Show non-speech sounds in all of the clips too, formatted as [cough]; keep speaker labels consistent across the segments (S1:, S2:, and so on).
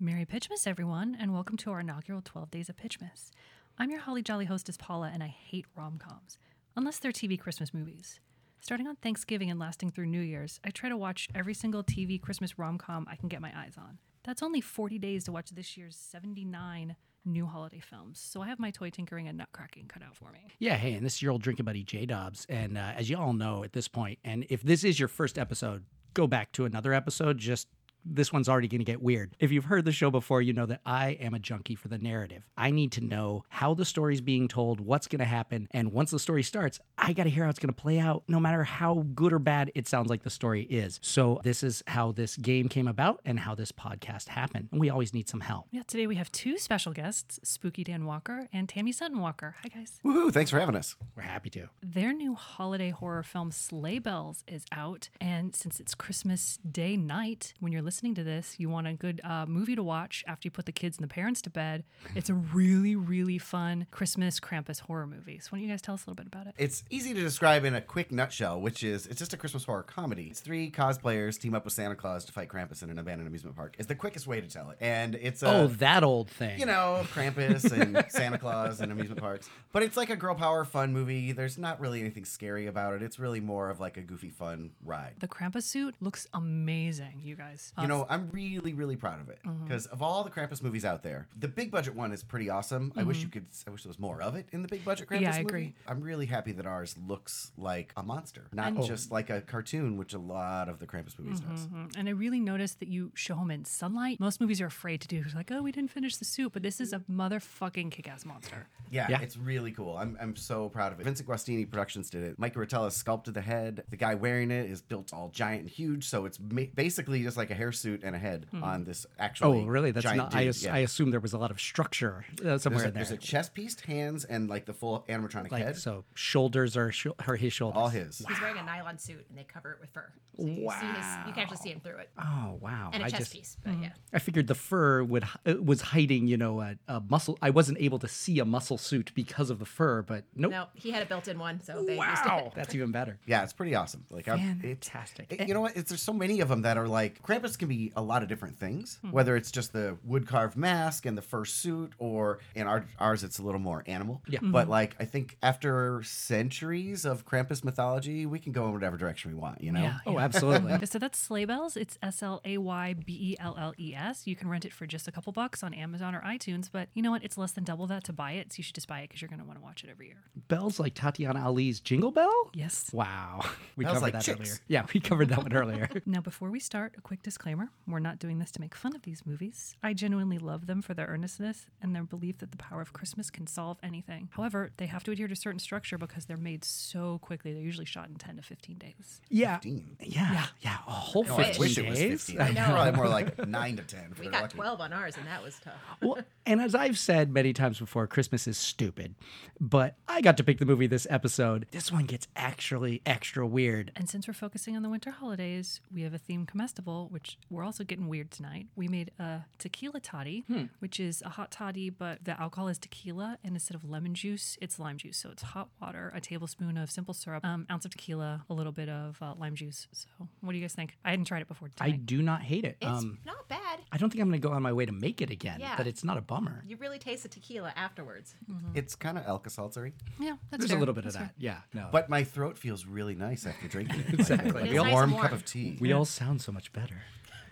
S1: Merry Pitchmas, everyone, and welcome to our inaugural 12 Days of Pitchmas. I'm your holly jolly hostess, Paula, and I hate rom coms, unless they're TV Christmas movies. Starting on Thanksgiving and lasting through New Year's, I try to watch every single TV Christmas rom com I can get my eyes on. That's only 40 days to watch this year's 79 new holiday films, so I have my toy tinkering and nutcracking cut out for me.
S2: Yeah, hey, and this is your old drinking buddy J Dobbs, and uh, as you all know at this point, and if this is your first episode, go back to another episode. Just this one's already going to get weird. If you've heard the show before, you know that I am a junkie for the narrative. I need to know how the story's being told, what's going to happen, and once the story starts, I got to hear how it's going to play out, no matter how good or bad it sounds like the story is. So this is how this game came about and how this podcast happened. And we always need some help.
S1: Yeah, today we have two special guests, Spooky Dan Walker and Tammy Sutton Walker. Hi, guys.
S3: Woohoo, thanks for having us.
S2: We're happy to.
S1: Their new holiday horror film, Sleigh Bells, is out. And since it's Christmas Day night, when you're listening to this, you want a good uh, movie to watch after you put the kids and the parents to bed. It's a really, really fun Christmas Krampus horror movie. So, why don't you guys tell us a little bit about it?
S3: It's easy to describe in a quick nutshell, which is it's just a Christmas horror comedy. It's three cosplayers team up with Santa Claus to fight Krampus in an abandoned amusement park. It's the quickest way to tell it. And it's a
S2: Oh, that old thing.
S3: you know, Krampus [laughs] and Santa Claus and amusement parks. But it's like a girl power fun movie. There's not really anything scary about it. It's really more of like a goofy fun ride.
S1: The Krampus suit looks amazing, you guys.
S3: You know, I'm really, really proud of it
S1: Mm-hmm.
S3: because of all the Krampus movies out there, the big budget one is pretty awesome. I wish you could. I wish there was more of it in the big budget Krampus
S1: Mm-hmm. Yeah, I
S3: movie.
S1: agree.
S3: I'm really happy that ours looks like a monster, not just like a cartoon, which a lot of the Krampus movies does.
S1: Mhm. And I really noticed that you show him in sunlight. Most movies are afraid to do. It's like, oh, we didn't finish the suit, but this is a motherfucking kick-ass monster.
S3: Yeah,
S2: Yeah.
S3: it's really cool. I'm, I'm so proud of it. Vincent Guastini Productions did it. Mike Rotella sculpted the head. The guy wearing it is built all giant and huge, so it's ma- basically just like a hairsuit and a head
S1: Mm-hmm.
S3: on this actually.
S2: Oh, really? That's
S3: giant
S2: not. I,
S3: dude.
S2: as,
S3: Yeah.
S2: I assume there was a lot of structure uh, somewhere
S3: there's a,
S2: in there.
S3: there's a chest piece, hands, and like the full animatronic
S2: like
S3: head.
S2: so, shoulders are sh- or his shoulders.
S3: all his.
S4: He's wearing a nylon suit and they cover it with fur. So you, can see his, you can actually see him through it.
S2: Oh wow!
S4: And a
S2: I
S4: chest
S2: just Mm-hmm.
S4: piece. But yeah.
S2: I figured the fur would h- it was hiding, you know, a, a muscle. I wasn't able to see a muscle suit because of the fur, but nope. [laughs]
S4: No, he had a built in one. So they used it.
S2: Wow, that's even better.
S3: Yeah, it's pretty awesome. Like, I'm, it's
S2: Fantastic.
S3: it- you know what? It's, there's so many of them that are like Krampus can be a lot of different things. Whether it's just the wood carved mask and the fur suit, or in our, ours, it's a little more animal. Yeah. But like, I think after centuries of Krampus mythology, we can go in whatever direction we want. You know.
S1: Yeah,
S2: Oh, absolutely.
S3: [laughs]
S1: So that's Sleigh Bells. It's S L A Y B E L L E S. You can rent it for just a couple bucks on Amazon or iTunes, but you know what? It's less than double that to buy it. So you should just buy it because you're going to want to watch it every year.
S2: Bells like Tatiana Ali's Jingle Bell.
S1: Yes.
S2: Wow, [laughs] we
S3: Bells
S2: covered
S3: like
S2: that
S3: chicks.
S2: earlier. Yeah, we covered that one
S3: [laughs]
S2: earlier.
S1: Now, before we start, a quick disclaimer. We're not doing this to make fun of these movies. I genuinely love them for their earnestness and their belief that the power of Christmas can solve anything. However, they have to adhere to certain structure because they're made so quickly. They're usually shot in 10 to 15 days.
S2: Yeah,
S3: 15.
S2: yeah, yeah, A whole
S3: No, Oh, I
S2: fifteen
S3: wish
S2: days.
S3: it was 15.
S4: know.
S3: Probably more like 9 to 10. if
S4: We
S3: we're
S4: got
S3: lucky.
S4: 12 on ours and that was tough.
S2: well, and as I've said many times before, Christmas is stupid. But I got to pick the movie this episode. This one gets actually extra weird.
S1: And since we're focusing on the winter holidays, we have a themed comestible, which we're also getting weird tonight. We made a tequila toddy,
S2: Hmm.
S1: which is a hot toddy, but the alcohol is tequila, and instead of lemon juice, it's lime juice. So it's hot water, a tablespoon of simple syrup, um, ounce of tequila, a little bit of uh, lime juice. So what do you guys think? I hadn't tried it before
S2: I
S1: tonight.
S2: do not hate it.
S4: It's
S2: Um,
S4: not bad.
S2: I don't think I'm going to go on my way to make it again,
S4: Yeah.
S2: but it's not a bummer.
S4: You really taste the tequila afterwards.
S3: It's kind of Alka Seltzery.
S1: yeah, that's
S2: There's
S1: fair.
S2: a little bit of
S1: That's fair.
S2: that. Yeah. No.
S3: But my throat feels really nice after drinking it.
S2: Exactly.
S3: Like,
S2: It
S3: a
S2: is
S4: nice
S3: warm
S4: and warm.
S3: cup of tea.
S2: we all sound so much better.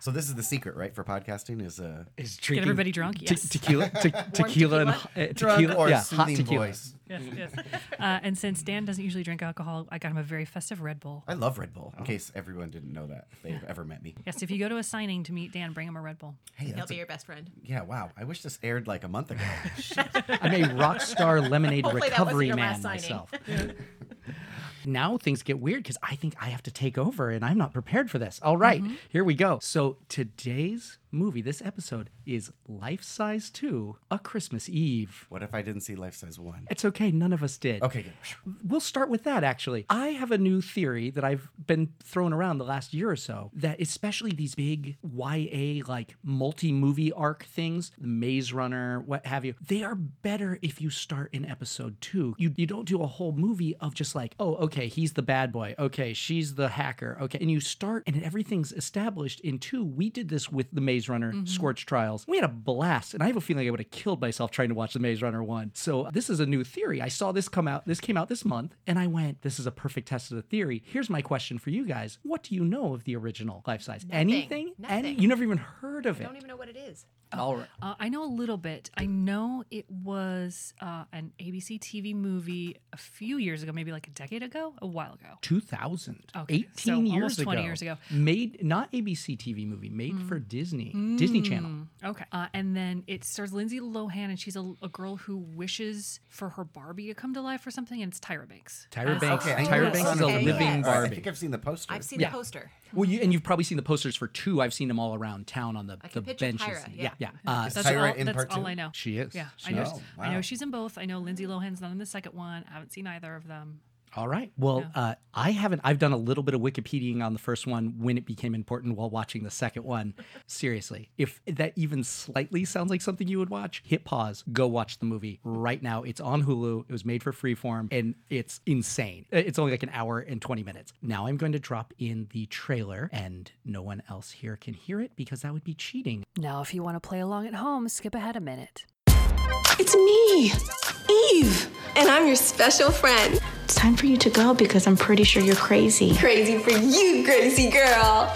S3: so this is the secret, right, for podcasting is uh,
S2: Is drinking
S1: everybody drunk?
S2: te-
S1: Yes.
S2: tequila, [laughs] te- tequila, and
S4: tequila?
S2: ho- uh,
S3: drunk
S2: tequila,
S3: or
S2: yeah, hot
S3: soothing
S2: tequila.
S3: voice.
S1: Yes, yes. uh, and since Dan doesn't usually drink alcohol, I got him a very festive Red Bull.
S3: I love Red Bull. In
S2: Oh.
S3: case everyone didn't know that, if they've ever met me.
S1: Yes, if you go to a signing to meet Dan, bring him a Red Bull.
S3: Hey,
S4: He'll
S3: that's
S4: be
S3: a,
S4: your best friend.
S3: yeah. Wow, I wish this aired like a month
S2: [laughs]
S3: ago.
S2: I'm a rock
S4: [laughs]
S2: star lemonade
S4: Hopefully that wasn't
S2: recovery
S4: your
S2: man
S4: last signing.
S2: myself.
S4: [laughs]
S2: [laughs] now things get weird because I think I have to take over and I'm not prepared for this. All right,
S4: Mm-hmm.
S2: here we go. So today's movie, this episode is Life Size 2 A Christmas Eve.
S3: what if I didn't see Life Size One?
S2: It's okay, none of us did.
S3: Okay, good.
S2: We'll start with that actually. I have a new theory that I've been throwing around the last year or so that especially these big YA like multi-movie arc things, Maze Runner, what have you, they are better if you start in episode 2. You you don't do a whole movie of just like, oh, okay, he's the bad boy. Okay, she's the hacker. Okay, and you start and everything's established in 2. We did this with the Maze Maze Runner,
S4: Mm-hmm.
S2: Scorch Trials. We had a blast, and I have a feeling I would have killed myself trying to watch the Maze Runner one. So this is a new theory. I saw this come out. This came out this month, and I went, "This is a perfect test of the theory." Here's my question for you guys: What do you know of the original life size? Anything? Any?
S4: Nothing.
S2: You never even heard of
S4: I
S2: it?
S4: don't even know what it is.
S2: All right.
S1: Uh, I know a little bit. I know it was uh, an ABC TV movie a few years ago, maybe like a decade ago, a while ago.
S2: 2000,
S1: Okay,
S2: 18
S1: so
S2: years
S1: almost
S2: ago.
S1: 20 years ago.
S2: Made, not ABC TV movie, made for
S4: Mm.
S2: Disney, Disney Channel.
S1: Okay. Uh, and then it stars Lindsay Lohan, and she's a, a girl who wishes for her Barbie to come to life or something, and it's Tyra Banks.
S2: Tyra
S4: Ah,
S2: Banks,
S4: okay, I know
S2: Tyra
S4: it's
S2: Banks
S4: on
S2: is a
S4: okay,
S2: living
S4: yes.
S3: All right, I
S2: Barbie.
S3: think I've seen the poster.
S4: I've seen
S2: Yeah.
S4: the poster.
S2: Well, you, and you've probably seen the posters for two. I've seen them all around town on the,
S4: I
S2: the
S4: can picture
S2: benches.
S4: Tyra,
S2: yeah,
S4: yeah.
S2: yeah. [laughs] Uh,
S1: That's
S3: Tyra
S1: all,
S3: in
S1: that's
S3: part
S1: all
S3: two?
S1: I know.
S2: she is.
S1: Yeah,
S2: She
S1: I know.
S2: is.
S3: Oh,
S1: I know
S3: wow.
S1: she's in both. I know Lindsay Lohan's not in the second one. I haven't seen either of them.
S2: All right. Well, uh, I haven't. I've done a little bit of Wikipediaing on the first one when it became important while watching the second
S4: [laughs]
S2: one. Seriously, if that even slightly sounds like something you would watch, hit pause, go watch the movie right now. It's on Hulu. It was made for Freeform, and it's insane. Uh, It's only like an hour and twenty minutes. Now I'm going to drop in the trailer, and no one else here can hear it because that would be cheating.
S1: Now, if you want to play along at home, skip ahead a minute.
S5: It's me, Eve,
S6: And I'm your special friend.
S5: It's time for you to go because I'm pretty sure you're crazy.
S6: Crazy for you, Gracie girl.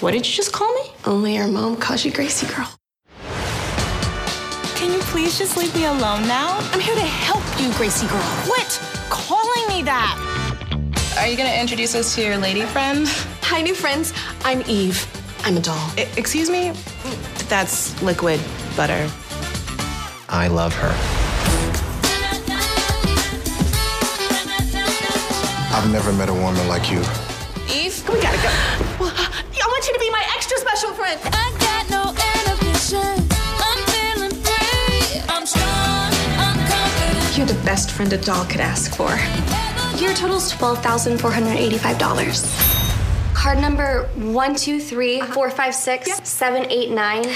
S5: What did you just call me?
S6: Only your mom calls you Gracie girl.
S7: Can you please just leave me alone now? I'm here to help you, Gracie girl. Quit calling me that.
S8: Are you gonna introduce us to your lady friend?
S6: Hi, new friends. I'm Eve. I'm a doll.
S8: excuse me?
S7: That's liquid butter.
S9: I love her. I've never met a woman like you.
S7: Eve?
S6: we gotta go. Well, I want you to be my extra special friend.
S10: I got no inhibition. I'm feeling free. I'm strong. I'm confident.
S6: You're the best friend a doll could ask for. Your total's $12,485. Card number 123456
S10: [laughs]
S6: 789.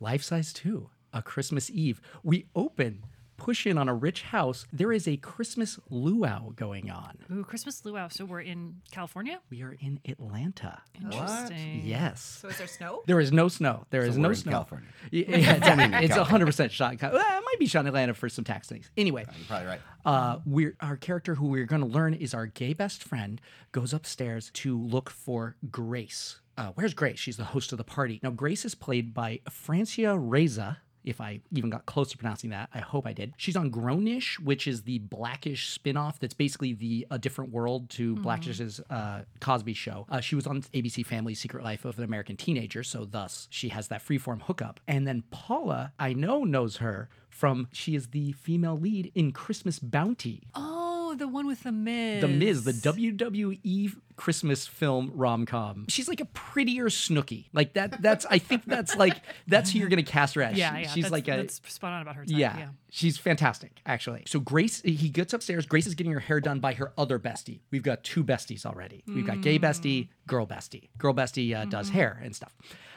S2: Life Size 2, A Christmas Eve. We open, push in on a rich house. There is a Christmas luau going on.
S1: Ooh, Christmas luau. So we're in California.
S2: We are in Atlanta.
S1: Interesting.
S2: Yes.
S4: So is there snow?
S2: There is no snow. There is
S3: we're
S2: no
S3: in
S2: snow.
S3: California. [laughs]
S2: Y- Yeah, it's, it's 100% shot. in Cal- Well, it might be shot in Atlanta for some tax things. Anyway,
S3: You're probably right.
S2: uh, we're our character who we're going to learn is our gay best friend goes upstairs to look for Grace. Uh, where's Grace? She's the host of the party. Now Grace is played by Francia Reza. If I even got close to pronouncing that, I hope I did. She's on Grownish, which is the Blackish spin-off that's basically the A Different World to
S1: Mm-hmm.
S2: Blackish's uh, Cosby show. Uh, she was on ABC Family's Secret Life of an American Teenager, so thus she has that freeform hookup. And then Paula, I know, knows her from she is the female lead in Christmas Bounty.
S1: Oh, the one with the Miz.
S2: The Miz, the WWE Christmas film rom com. She's like a prettier Snooky. Like that. That's I think that's like that's who you're gonna cast her as.
S1: [laughs] Yeah,
S2: She-
S1: yeah.
S2: She's
S1: that's,
S2: like a
S1: that's spot on about her. Type.
S2: yeah,
S1: Yeah.
S2: She's fantastic, actually. So Grace, he gets upstairs. Grace is getting her hair done by her other bestie. We've got two besties already. We've got gay bestie, girl bestie. Girl bestie uh,
S1: Mm-hmm.
S2: does hair and stuff.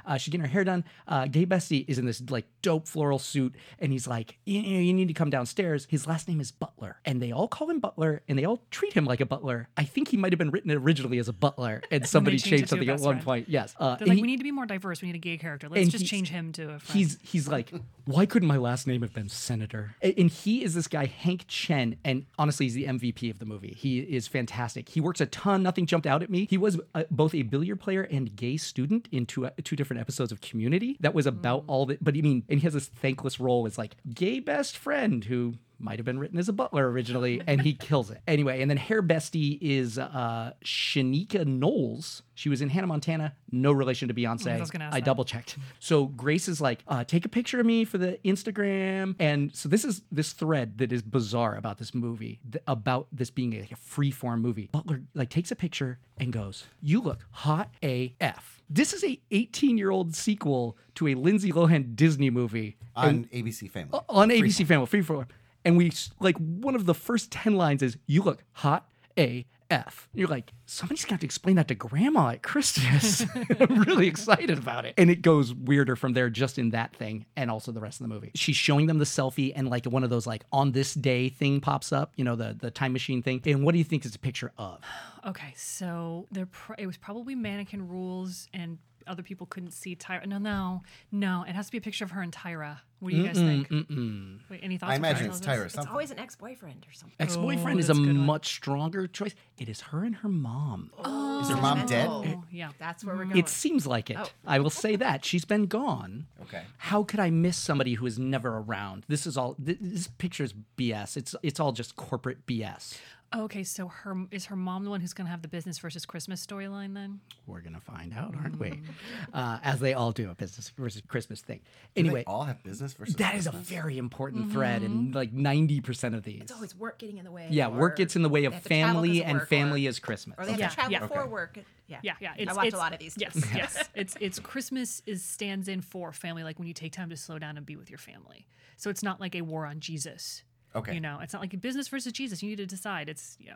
S2: Uh, she's getting her hair done. Uh, gay bestie is in this like dope floral suit, and he's like, you, you you need to come downstairs. His last name is Butler, and they all call him Butler, and they all treat him like a butler. I think he might have been written originally as a butler,
S1: [laughs]
S2: and somebody
S1: changed it
S2: changed
S1: to a
S2: something at
S1: best
S2: one
S1: friend.
S2: point. Yes, uh,
S1: They're
S2: and
S1: like,
S2: he-
S1: we need to be more diverse. We need a gay character. Let's
S2: and
S1: just
S2: he's-
S1: change him to a friend.
S2: He's
S1: [laughs]
S2: he's like, why could my last name have been Senator? A- And he is this guy Hank Chen, and honestly, he's the MVP of the movie. He is fantastic. He works a ton. Nothing jumped out at me. He was uh, both a billiard player and gay student in two uh, two different episodes of Community. That was about
S1: Mm.
S2: all that. But I mean, and he has this thankless role as like gay best friend who might have been written as a butler originally, and he kills it. Anyway, and then Hair Bestie is uh, Shanika Knowles. She was in Hannah Montana, no relation to Beyonce. I,
S1: was gonna ask that.
S2: double checked. So Grace is like, uh, take a picture of me for the Instagram. And so this is this thread that is bizarre about this movie, th- about this being a, like a free form movie. Butler like takes a picture and goes, you look hot AF. This is a 18 year old sequel to a Lindsay Lohan Disney movie
S3: On ABC Family.
S2: on ABC Family Freeform, and we s- like one of the first ten lines is "You look hot AF." And you're like, somebody's gonna have to explain that to Grandma at Christmas. [laughs] I'm really excited about it, and it goes weirder from there, just in that thing, and also the rest of the movie. She's showing them the selfie, and like one of those like on this day thing pops up, you know, the the time machine thing. And what do you think is a picture of?
S1: okay. So they're pro- it was probably mannequin rules and other people couldn't see Tyra. No, no, no. It has to be a picture of her and Tyra. What do you guys think?
S2: Mm-mm.
S1: Wait, any thoughts?
S3: I
S1: on
S3: imagine
S1: Tyra Moses?
S3: it's Tyra
S4: It's
S3: something.
S4: always an ex-boyfriend or something.
S2: Ex boyfriend
S1: Oh,
S2: is a
S1: that's a good one.
S2: much stronger choice. It is her and her mom.
S3: Is her mom dead?
S1: Oh, yeah.
S4: That's where we're going.
S2: It seems like
S4: Oh.
S2: it. I will say that. She's been gone.
S3: Okay.
S2: How could I miss somebody who is never around? This is all th- this picture's BS. It's it's all just corporate BS.
S1: Okay, so her is her mom the one who's going to have the business versus Christmas storyline then?
S2: We're gonna find out, aren't we?
S4: Mm-hmm.
S2: Uh, as they all do a business versus Christmas thing. Anyway,
S3: They all have business versus
S2: that is a
S3: business?
S2: very important thread in like ninety percent of these.
S4: Mm-hmm. It's always work getting in the way.
S2: yeah, work
S4: or
S2: gets in the way of
S4: they have to travel 'cause
S2: family,
S4: of
S2: and
S4: work,
S2: family
S4: or,
S2: is Christmas.
S4: Or they have
S1: Yeah,
S4: to travel
S1: yeah.
S4: for work. Yeah,
S1: Yeah, yeah. It's,
S4: I watch
S1: it's-
S4: a lot of these.
S1: Yes,
S4: too.
S1: [laughs] yes. It's it's Christmas is stands in for family, like when you take time to slow down and be with your family. So it's not like a war on Jesus.
S3: Okay.
S1: You know, it's not like business versus Jesus. You need to decide. It's yeah.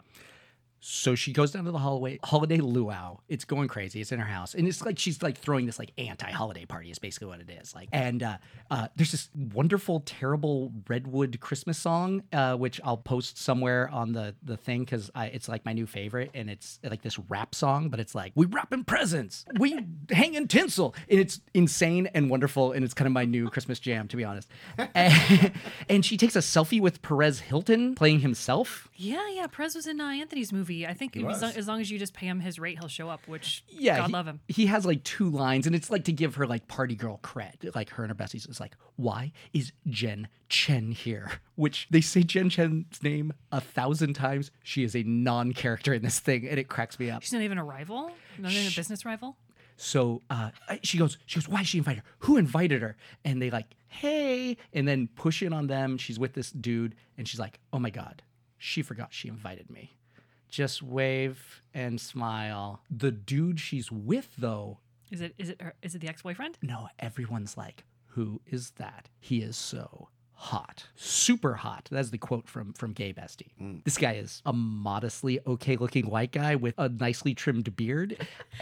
S2: So she goes down to the hallway, holiday luau. It's going crazy. It's in her house, and it's like she's like throwing this like anti-holiday party. Is basically what it is. Like, and uh, uh, there's this wonderful, terrible redwood Christmas song, uh, which I'll post somewhere on the the thing because it's like my new favorite, and it's like this rap song, but it's like we wrapping presents, we hanging tinsel, and it's insane and wonderful, and it's kind of my new Christmas jam, to be honest. [laughs] And, and she takes a selfie with Perez Hilton playing himself.
S1: Yeah, yeah. Prez was in uh, Anthony's movie. I think as,
S3: was.
S1: long, as long as you just pay him his rate, he'll show up. Which
S2: yeah,
S1: God
S2: he,
S1: love him.
S2: He has like two lines, and it's like to give her like party girl cred, like her and her besties. It's like, why is Jen Chen here? [laughs] Which they say Jen Chen's name a thousand times. She is a non-character in this thing, and it cracks me up.
S1: She's not even a rival. Not even a business rival.
S2: So uh, she goes, she goes, why she invited her? Who invited her? And they like, hey, and then push in on them. She's with this dude, and she's like, oh my god, she forgot she invited me. Just wave and smile. The dude she's with though
S1: Is it is it her, is it the ex boyfriend?
S2: no, everyone's like, who is that? He is so hot. Super hot. That's the quote from from Gay Bestie. This guy is a modestly okay looking white guy with a nicely trimmed beard.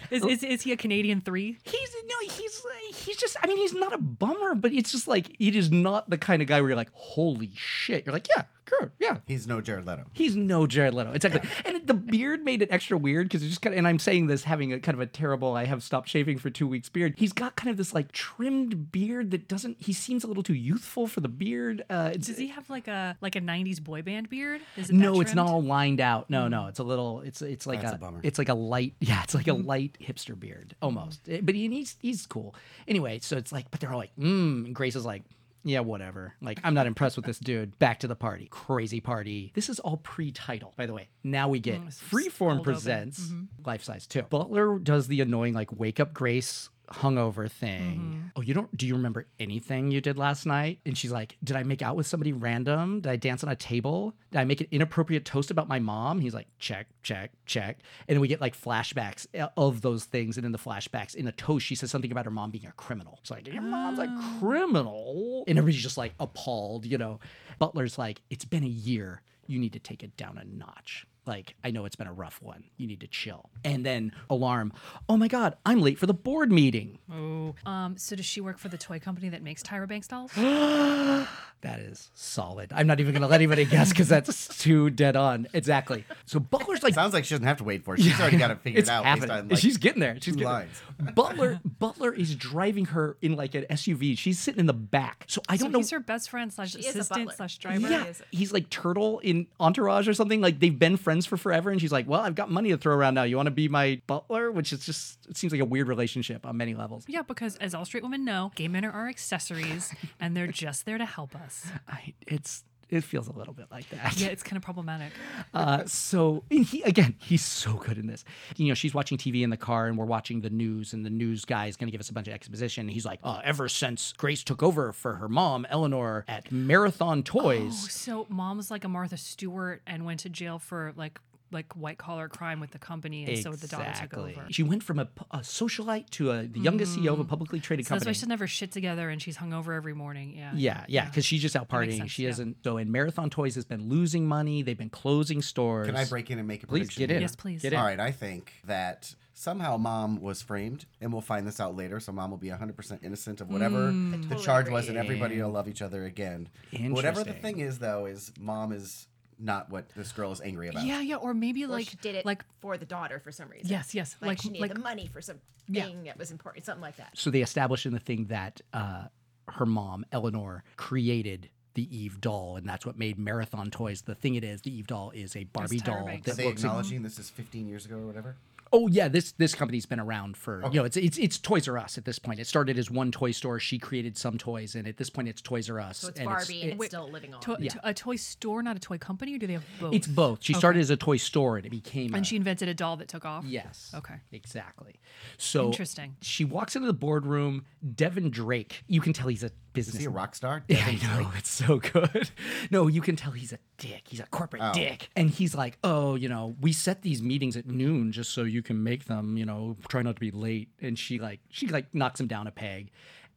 S1: Is,
S2: Oh.
S1: is is he a Canadian three?
S2: He's no, he's uh, he's just I mean, he's not a bummer, but it's just like it is not the kind of guy where you're like, holy shit. You're like, yeah, sure, yeah.
S3: He's no Jared Leto.
S2: He's no Jared Leto. Exactly. And it- the beard made it extra weird because it's just kind of, and I'm saying this having a kind of a terrible, I have stopped shaving for two weeks beard. He's got kind of this like trimmed beard that doesn't, he seems a little too youthful for the beard. Uh, it's,
S1: Does he have like a like a '90s boy band beard? Is it that
S2: no, it's not
S1: trimmed?
S2: all lined out. No, no, it's a little. It's it's like
S3: That's
S2: a,
S3: a bummer.
S2: It's like a light. [laughs] Yeah, it's like a light hipster beard almost. Eh, But he, he's he's cool. Anyway, so it's like, but they're all like, mm. And Grace is like, yeah, whatever. Like I'm not impressed with this dude. Back to the party. Crazy party. This is all pre-title, by the way. Now we get Freeform
S1: open.
S2: presents Life Size Two. Butler does the annoying like wake up Grace hungover thing. Oh, you don't do you remember anything you did last night? And she's like, Did I make out with somebody random? Did I dance on a table? Did I make an inappropriate toast about my mom? He's like, check, check, check. And then we get like flashbacks uh, of those things. And in the flashbacks, in the toast, she says something about her mom being a criminal. It's like, your mom's a criminal. And everybody's just like appalled, you know. Butler's like, it's been a year. You need to take it down a notch like i know it's been a rough one you need to chill and then alarm oh my god i'm late for the board meeting
S1: Um. So does she work for the toy company that makes Tyra Banks dolls?
S2: that is solid i'm not even gonna let anybody guess because that's too dead on exactly so butler's like
S3: Sounds like she doesn't have to wait for it. She's already got it figured
S2: it's
S3: out.
S2: happening.
S3: Based on, like,
S2: She's getting there. She's
S3: two
S2: getting
S3: lines. [laughs]
S2: There. Butler Butler is driving her in like an SUV. She's sitting in the back. So I
S1: So
S2: don't know.
S1: he's her best friend slash
S4: is a
S1: assistant
S4: butler.
S1: slash driver.
S2: yeah,
S4: is-
S2: he's like turtle in Entourage or something. Like they've been friends for forever, and she's like, "Well, I've got money to throw around now. You want to be my butler?" Which is just it seems like a weird relationship on many levels.
S1: Yeah, because as all straight women know, gay men are our
S2: [laughs]
S1: accessories and they're just there to help us.
S2: I, it's it feels a little bit like that.
S1: Yeah, it's kind of problematic.
S2: Uh, so and he again, he's so good in this. You know, she's watching TV in the car, and we're watching the news, and the news guy is going to give us a bunch of exposition. And he's like, uh, "Ever since Grace took over for her mom, Eleanor at
S1: Oh,
S2: Marathon Toys."
S1: So mom's like a Martha Stewart and went to jail for like like white collar crime with the company and so the daughter took over. Mm-hmm.
S2: She went from a, p- a socialite to a, the youngest CEO of a publicly traded
S1: So that's
S2: company.
S1: why she doesn't have her shit together and she's hungover every morning. Yeah.
S2: Yeah, yeah, because she's just out
S1: makes
S2: partying.
S1: sense,
S2: She
S1: yeah.
S2: isn't. So, and Marathon Toys has been losing money. They've been closing stores.
S3: Can I break in and make a
S2: Please
S3: prediction?
S2: get in.
S1: Yes, please.
S2: Get in.
S3: All right, I think that somehow mom was framed, and we'll find this out later. So mom will be 100% innocent of whatever
S1: Mm.
S3: the charge was, and everybody will love each other again. Whatever the
S2: Interesting.
S3: thing is, though, is mom is not what this girl is angry about.
S1: Yeah, yeah, or maybe
S4: Or
S1: like
S4: she did it
S1: like
S4: for the daughter for some reason.
S1: Yes, yes,
S4: Like,
S1: like-
S4: she needed
S1: like-
S4: the money for something
S1: Yeah.
S4: that was important, something like that.
S2: So they establish in the thing that uh, her mom, Eleanor, created the Eve doll, and that's what made Marathon Toys the thing it is. The Eve doll is a Barbie
S1: Tyra
S2: doll
S1: Banks.
S2: that
S3: Are they
S2: looks.
S3: acknowledging this is 15 years ago or whatever?
S2: Oh yeah, this this company's been around for you know it's it's it's Toys R Us at this point. It started as one toy store. She created some toys, and at this point it's Toys R Us.
S4: So it's
S2: and
S4: Barbie and it's
S1: Wait,
S4: still living on.
S1: to, to- a toy store, not a toy company. Or do they have both?
S2: It's both. She started as a toy store, and it became. a-
S1: and she invented a doll that took off.
S2: Yes.
S1: Okay.
S2: Exactly. So
S1: Interesting.
S2: She walks into the boardroom. Devin Drake. You can tell he's a business.
S3: Is he a rock star?
S2: Yeah, I know. It's so good. [laughs] No, you can tell he's a dick. He's a corporate
S3: Oh.
S2: dick. And he's like, oh, you know, we set these meetings at noon just so you can make them, you know, try not to be late. And she like, she like knocks him down a peg.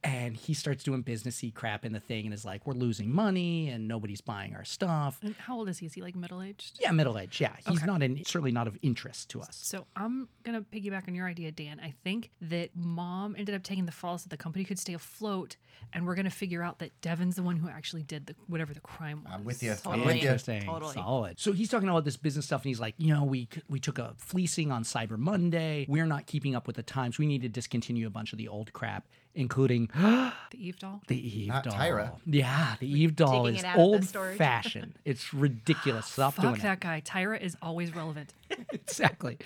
S2: And he starts doing businessy crap in the thing and is like, we're losing money and nobody's buying our stuff.
S1: And how old is he? Is he like middle aged?
S2: Yeah, middle age. Yeah. He's not in, certainly not of interest to us.
S1: So I'm gonna piggyback on your idea, Dan. I think that mom ended up taking the fall so the company could stay afloat, and we're gonna figure out that Devin's the one who actually did the whatever the crime was.
S3: [laughs] I'm with you. I'm
S4: Totally.
S3: with you.
S2: Interesting.
S4: Totally.
S2: Solid. So he's talking about this business stuff, and he's like, you know, we we took a fleecing on Cyber Monday. We're not keeping up with the times. We need to discontinue a bunch of the old crap, including
S4: [gasps]
S1: The Eve doll.
S2: the Eve
S3: Not
S2: doll.
S3: Tyra.
S2: Yeah, the Eve doll
S4: digging
S2: is
S4: it out of the
S2: old
S4: storage.
S2: fashioned.
S4: [laughs]
S2: It's ridiculous. Stop doing
S1: Fuck
S2: it.
S1: that guy. Tyra is always relevant.
S2: exactly.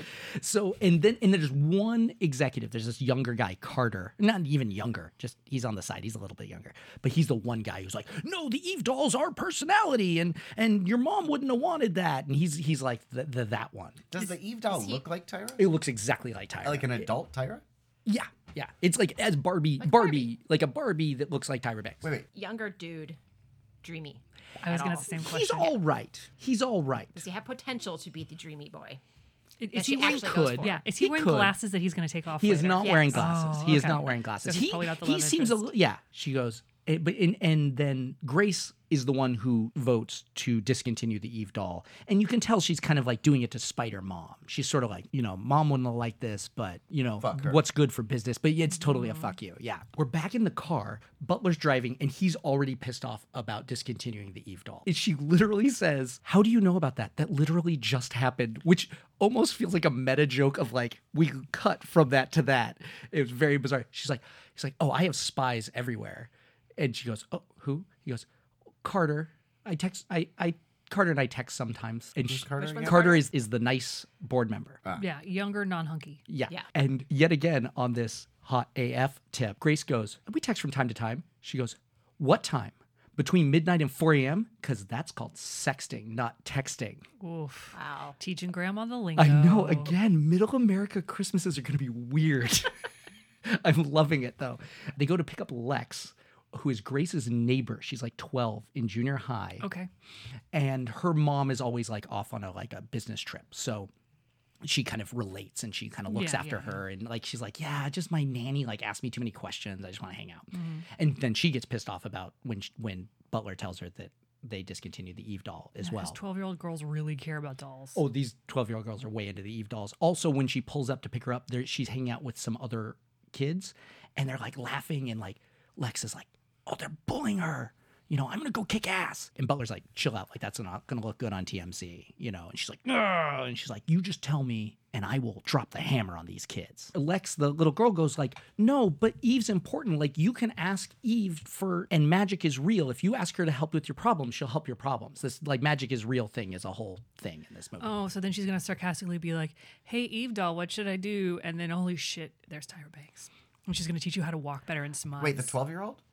S2: So and then and there's one executive. There's this younger guy, Carter. Not even younger. Just he's on the side. He's a little bit younger, but he's the one guy who's like, no, the Eve dolls are personality, and and your mom wouldn't have wanted that. And he's he's like the, the that one.
S3: Does the Eve doll look like Tyra?
S2: It looks exactly like Tyra.
S3: Like an adult Tyra?
S2: yeah, yeah. It's like as Barbie, Barbie, like a Barbie that looks like Tyra Banks.
S3: Wait, wait.
S4: Younger dude, dreamy.
S1: I was
S4: at
S1: gonna
S4: all.
S1: ask the same
S2: He's
S1: question.
S2: all right. He's all right.
S4: Does he have potential to be the dreamy boy?
S1: Is
S4: Yeah,
S1: he
S4: she
S1: wearing-
S4: actually goes
S2: could.
S4: for it.
S1: yeah. Is he,
S2: He
S1: wearing
S2: could.
S1: glasses that he's gonna take off?
S2: He is
S1: later?
S2: not
S4: Yes.
S2: wearing glasses.
S1: Oh,
S2: he is
S1: okay.
S2: not wearing glasses.
S1: So he's
S2: he
S1: probably got the
S2: he
S1: love
S2: seems a
S1: interest.
S2: little. Yeah, she goes. eh, But and and then Grace is the one who votes to discontinue the Eve doll, and you can tell she's kind of like doing it to spite her mom. She's sort of like, you know, mom wouldn't have liked this, but you know, what's good for business. But it's totally
S1: Mm-hmm.
S2: a fuck you. Yeah, we're back in the car. Butler's driving, and he's already pissed off about discontinuing the Eve doll. And she literally says, "How do you know about that? That literally just happened." Which almost feels like a meta joke of like we cut from that to that. It was very bizarre. She's like, he's like, oh, I have spies everywhere, and she goes, oh, who? He goes, Carter. I text, I, I, Carter and I text sometimes. And she,
S3: Carter Which one's again? Ah.
S2: Carter is is the nice board member.
S1: Yeah, younger, non-hunky.
S2: Yeah.
S4: Yeah.
S2: And yet again on this hot AF tip, Grace goes, We text from time to time. She goes, What time? Between midnight and 4 a.m.? Because that's called sexting, not texting.
S1: Oof.
S11: Ah.
S4: Wow.
S1: Teaching grandma the lingo.
S2: I know, again, middle America Christmases are going to be weird. [laughs] I'm loving it though. They go to pick up Lex, who is Grace's neighbor. She's like 12 in junior high
S1: Okay.
S2: and her mom is always like off on a like a business trip so she kind of relates and she kind of looks
S1: Yeah,
S2: after
S1: yeah,
S2: her and like she's like yeah just my nanny like asked me too many questions i just want to hang out
S1: Mm-hmm.
S2: and then she gets pissed off about when sh when butler tells her that they discontinued the eve doll as well
S1: Because twelve-year-old girls really care about dolls.
S2: oh these 12 year old girls are way into the eve dolls also when she pulls up to pick her up there she's hanging out with some other kids and they're like laughing and like lex is like oh they're bullying her you know i'm gonna go kick ass and butler's like chill out like that's not gonna look good on tmc you know and she's like no and she's like you just tell me and i will drop the hammer on these kids lex the little girl goes like no but eve's important like you can ask eve for and magic is real if you ask her to help with your problems she'll help your problems this like magic is real thing is a whole thing in this movie
S1: Oh, so then she's gonna sarcastically be like, "Hey, Eve doll, what should I do?" And then, holy shit, there's Tyra Banks, and she's gonna teach you how to walk better and smile.
S3: Wait, the 12 year old?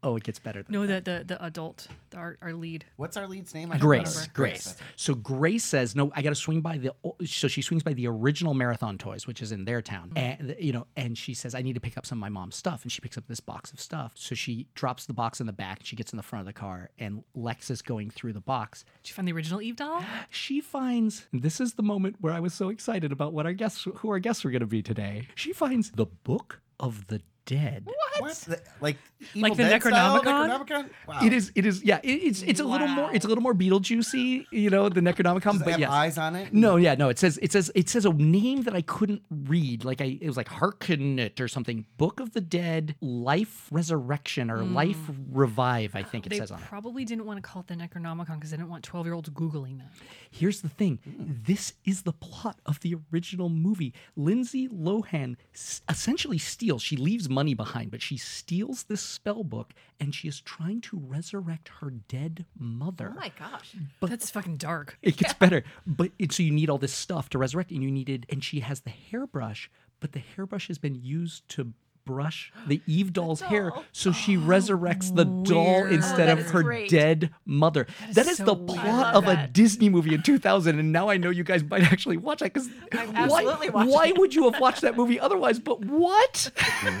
S2: Oh, it gets better. Than
S1: No, the the the adult, the, our our lead.
S3: What's our lead's name? I don't
S2: Grace,
S3: remember.
S2: Grace. So Grace says, "No, I got to swing by the." o- So she swings by the original Marathon Toys, which is in their town, and you know, and she says, "I need to pick up some of my mom's stuff," and she picks up this box of stuff. So she drops the box in the back, and she gets in the front of the car, and Lex is going through the box.
S1: Did you find the original Eve doll?
S2: She finds this is the moment where I was so excited about what our guests, who our guests were going to be today. She finds the Book of the Dead. What?
S3: What? The- Like
S1: Like
S3: Evil
S1: the
S3: Dead style
S1: Necronomicon?
S3: Necronomicon? Wow.
S2: It is. It is. Yeah. It, it's. It's a little more. It's a little more Beetlejuicy. You know, the Necronomicon.
S3: Does it
S2: but
S3: have
S2: yes.
S3: eyes on it?
S2: No. Yeah. No. It says. It says. It says a name that I couldn't read. Like I. It was like Harkonnen it or something. Book of the Dead, Life Resurrection or Life Revive. I think it
S1: They
S2: says on it.
S1: probably didn't want to call it the Necronomicon because they didn't want 12 year olds Googling that.
S2: Here's the thing this is the plot of the original movie. Lindsay Lohan s- essentially steals, she leaves money behind, but she steals this spell book and she is trying to resurrect her dead mother.
S4: Oh my gosh.
S1: That's fucking dark.
S2: it gets better. But it, so you need all this stuff to resurrect, and you needed, and she has the hairbrush, but the hairbrush has been used to brush the Eve doll's hair, so she resurrects the doll
S1: Weird.
S2: instead
S4: Oh,
S2: of
S4: that is
S2: her
S4: great.
S2: dead mother.
S1: is
S2: that is
S1: so
S2: the
S1: weird. I
S2: plot
S4: love
S2: of a
S4: that.
S2: Disney movie in 2000, and now I know you guys might actually watch it because [laughs] why,
S4: absolutely watching
S2: why
S4: it.
S2: would you have watched that movie otherwise? But what? [laughs]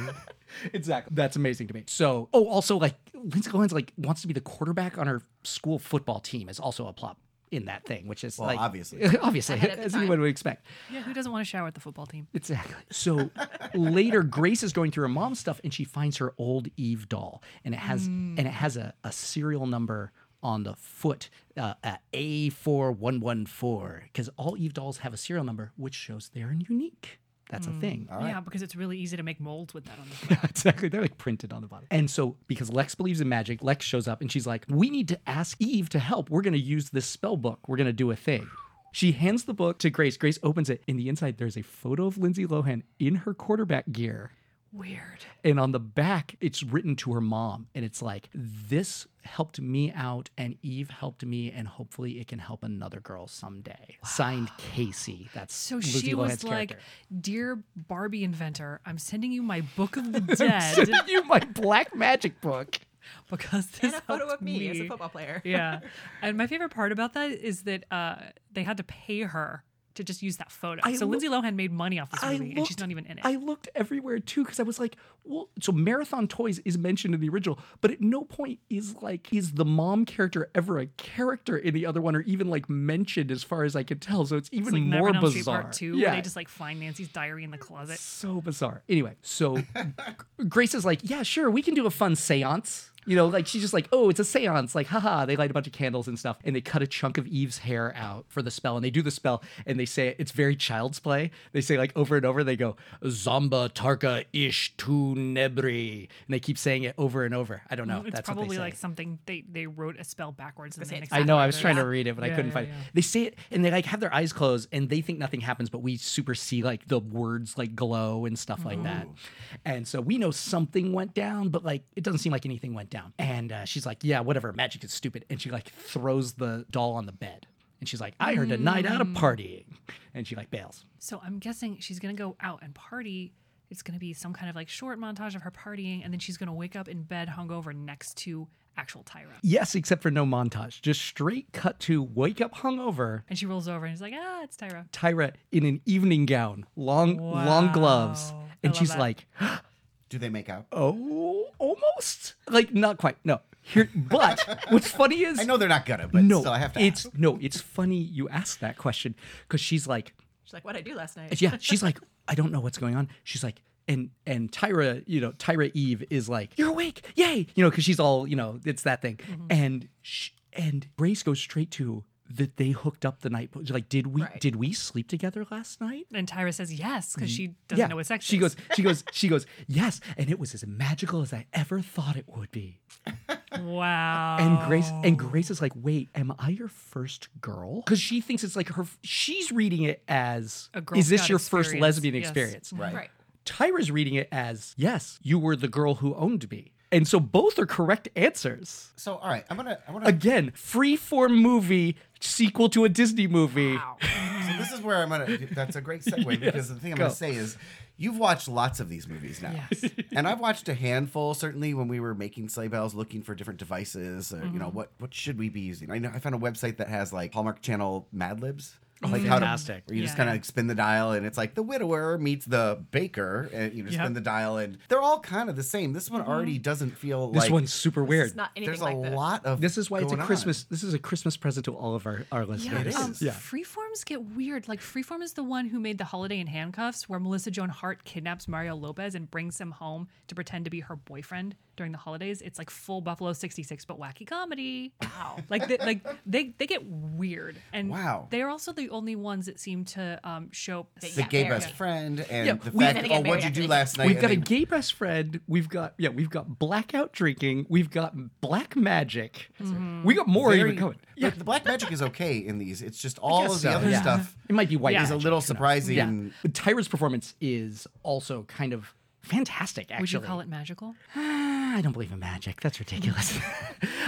S2: Exactly. That's amazing to me. So, oh, also like Lindsay Lohan's like wants to be the quarterback on her school football team is also a plot in that thing, which is
S3: Well,
S2: like [laughs]
S3: obviously.
S2: obviously,
S4: Ahead of the
S2: as
S4: time.
S2: anyone would expect.
S1: Yeah, who doesn't want to shower at the football team?
S2: Exactly. So later, Grace is going through her mom's stuff and she finds her old Eve doll, and it has and it has a, a serial number on the foot, uh, A four one one four, because all Eve dolls have a serial number, which shows they're unique. That's a thing.
S1: Yeah, because it's really easy to make molds with that on the
S2: [laughs] exactly. They're like printed on the bottom. And so, because Lex believes in magic, Lex shows up and she's like, We need to ask Eve to help. We're going to use this spell book. We're going to do a thing. She hands the book to Grace. Grace opens it. In the inside, there's a photo of Lindsay Lohan in her quarterback gear.
S1: Weird.
S2: And on the back, it's written to her mom. And it's like, This helped me out, and Eve helped me, and hopefully it can help another girl someday. Signed Casey. That's
S1: So
S2: Lindsay
S1: she
S2: Lohan's
S1: was like,
S2: character. [laughs]
S1: Dear Barbie inventor, I'm sending you my Book of the Dead
S2: Sending you my black magic book.
S1: because
S4: And
S1: this
S4: a photo of
S1: helped
S4: me, as a
S1: me."
S4: football player.
S1: yeah. And my favorite part about that is that uh, they had to pay her to just use that photo.
S2: I
S1: so
S2: loo-
S1: Lindsay Lohan made money off this movie and she's not even in it.
S2: I looked everywhere too because I was like, well, so Marathon Toys is mentioned in the original, but at no point is like is the mom character ever a character in the other one or even like mentioned as far as I could tell. So it's even
S1: it's like
S2: more
S1: Nightmare on Elm Street
S2: bizarre.
S1: Part Two, where they just like find Nancy's diary in the closet.
S2: so bizarre. Anyway, so [laughs] Grace is like, yeah, sure, we can do a fun seance. You know, like she's just like, oh, it's a seance. Like, haha, they light a bunch of candles and stuff, and they cut a chunk of Eve's hair out for the spell, and they do the spell, and they say it's very child's play. They say like over and over, they go, Zomba Tarka Ish Tu Nebri. And they keep saying it over and over. I don't know.
S1: it's
S2: That's what they
S1: probably
S2: say.
S1: like something they they wrote a spell backwards and then
S2: I know. I was trying to
S1: read.
S2: read it, but I
S1: Yeah,
S2: couldn't
S1: yeah,
S2: find
S1: yeah.
S2: it. They say it, and they like have their eyes closed, and they think nothing happens, but we super see like the words like glow and stuff like that. And so we know something went down, but like it doesn't seem like anything went down. And uh, she's like, "Yeah, whatever. Magic is stupid." And she like throws the doll on the bed, and she's like, "I earned a night out of
S1: Mm.
S2: partying," and she like bails.
S1: So I'm guessing she's gonna go out and party. It's gonna be some kind of like short montage of her partying, and then she's gonna wake up in bed hungover next to actual Tyra.
S2: Yes, except for no montage, just straight cut to wake up hungover,
S1: And she rolls over and is like, ah, it's Tyra.
S2: Tyra in an evening gown, long long gloves,
S1: Wow. I
S2: and
S1: love
S2: she's
S1: that.
S2: like.
S3: Do they make out?
S2: Oh, almost. Like not quite. No. Here, but what's funny is
S3: I know they're not gonna, but
S2: no.
S3: still I have to.
S2: it's
S3: ask.
S2: no. It's funny you asked that question because she's like,
S4: She's like, what I do last night.
S2: yeah, she's like, I don't know what's going on. She's like, and and Tyra, you know, Tyra Eve is like, you're awake, yay, you know, because she's all, you know, it's that thing, and sh- and Grace goes straight to that they hooked up the night. Like, did we
S4: Right.
S2: did we sleep together last night?
S1: And Tyra says yes because she doesn't know what sex
S2: She
S1: is.
S2: goes, she goes, she goes, yes, and it was as magical as I ever thought it would be.
S1: wow.
S2: And Grace
S1: Oh.
S2: and Grace is like, wait, am I your first girl? Because she thinks it's like her. She's reading it as,
S1: A Girl
S2: is this
S1: Scout
S2: your first
S1: experience,
S2: lesbian
S1: yes.
S2: experience?
S3: right.
S4: Right.
S2: Tyra's reading it as, yes, you were the girl who owned me. And so both are correct
S1: [laughs]
S2: answers.
S3: So all right, I'm gonna I'm gonna
S2: Again, free form movie sequel to a Disney movie.
S3: so this is where I'm gonna that's a
S2: [laughs]
S3: great segue because the thing I'm
S2: go.
S3: gonna say is you've watched lots of these movies now. and I've watched a handful, certainly when we were making sleigh bells looking for different uh, devices or you know, what what should we be using? I know I found a website that has like Hallmark Channel Mad Libs. like
S2: fantastic.
S3: How to, where you just
S2: Yeah,
S3: kind of like spin the dial, and it's like the widower meets the baker, and you just
S2: Yep.
S3: spin the dial, and they're all kind of the same. This one already doesn't feel
S2: This
S3: like
S2: one's super This is weird.
S4: not anything
S3: there's a
S4: like this.
S3: lot of
S2: This is why it's a
S3: going on.
S2: Christmas. This is a Christmas present to all of our, our
S1: Yeah,
S2: listeners.
S1: um,
S2: yeah.
S1: Freeforms get weird. Like Freeform is the one who made the Holiday in Handcuffs, where Melissa Joan Hart kidnaps Mario Lopez and brings him home to pretend to be her boyfriend during the holidays. It's like full Buffalo '66, but wacky comedy. Wow! [laughs] like, they, like they they get weird, and
S3: Wow.
S1: they are also the only ones that seem to um, show
S3: The
S1: Yeah,
S3: gay
S1: married.
S3: best friend and
S2: Yeah,
S3: the
S2: we- Then
S3: fact,
S2: they
S3: oh,
S2: get
S3: what'd
S1: married
S3: you do
S1: after
S3: last night?
S2: We've got a
S3: and
S2: gay best friend. We've got yeah. We've got blackout drinking. We've got black magic. We got more
S3: Mm-hmm. Very-
S2: even coming. Yeah,
S3: the black magic is okay in these. It's just all
S2: guess
S3: of the
S2: so,
S3: other
S2: yeah.
S3: stuff.
S2: It might be white.
S3: Is a
S2: magic,
S3: little
S2: you know.
S3: surprising.
S2: Yeah. Tyra's performance is also kind of fantastic. Actually,
S1: Would you call it magical?
S2: Ah, I don't believe in magic. That's ridiculous.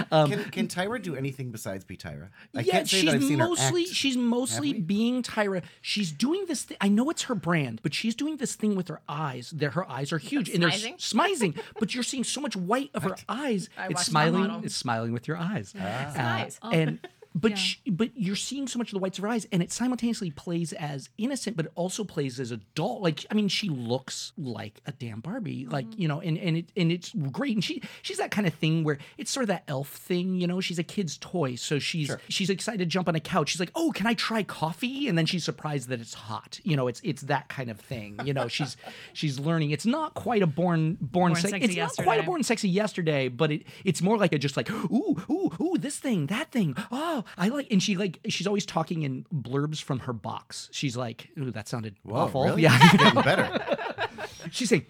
S3: can, can Tyra do anything besides be Tyra? [laughs]
S2: [laughs]
S3: I
S2: Um, yeah,
S3: can't say
S2: she's
S3: that I've seen
S2: mostly
S3: her act.
S2: she's mostly being Tyra. She's doing this. Thi- I know it's her brand, but she's doing this thing with her eyes. That her eyes are huge, and they're s- smizing. but you're seeing so much white of her eyes. it's
S4: watched that
S2: smiling.
S4: model.
S2: It's smiling with your eyes.
S3: Ah.
S2: Uh,
S4: nice.
S1: Oh.
S2: And but sh but you're seeing so much of the whites of her eyes, and it simultaneously plays as innocent, but it also plays as adult. Like I mean, she looks like a damn Barbie, like
S1: Mm-hmm.
S2: you know, and and it and it's great. And she she's that kind of thing where it's sort of that elf thing, you know. She's a kid's toy, so she's she's excited to jump on a couch. She's like, oh, can I try coffee? And then she's surprised that it's hot. You know, it's it's that kind of thing. You
S1: [laughs]
S2: know, she's she's learning. It's not quite a born born,
S1: Born
S2: sex.
S1: sexy
S2: It's not quite a
S1: yesterday.
S2: born sexy yesterday, but it it's more like a just like ooh ooh ooh this thing that thing oh I like and she like she's always talking in blurbs from her box. She's like ooh that sounded
S3: Whoa,
S2: awful
S3: really? [laughs]
S2: yeah
S3: It's
S2: [laughs]
S3: getting better.
S2: she's saying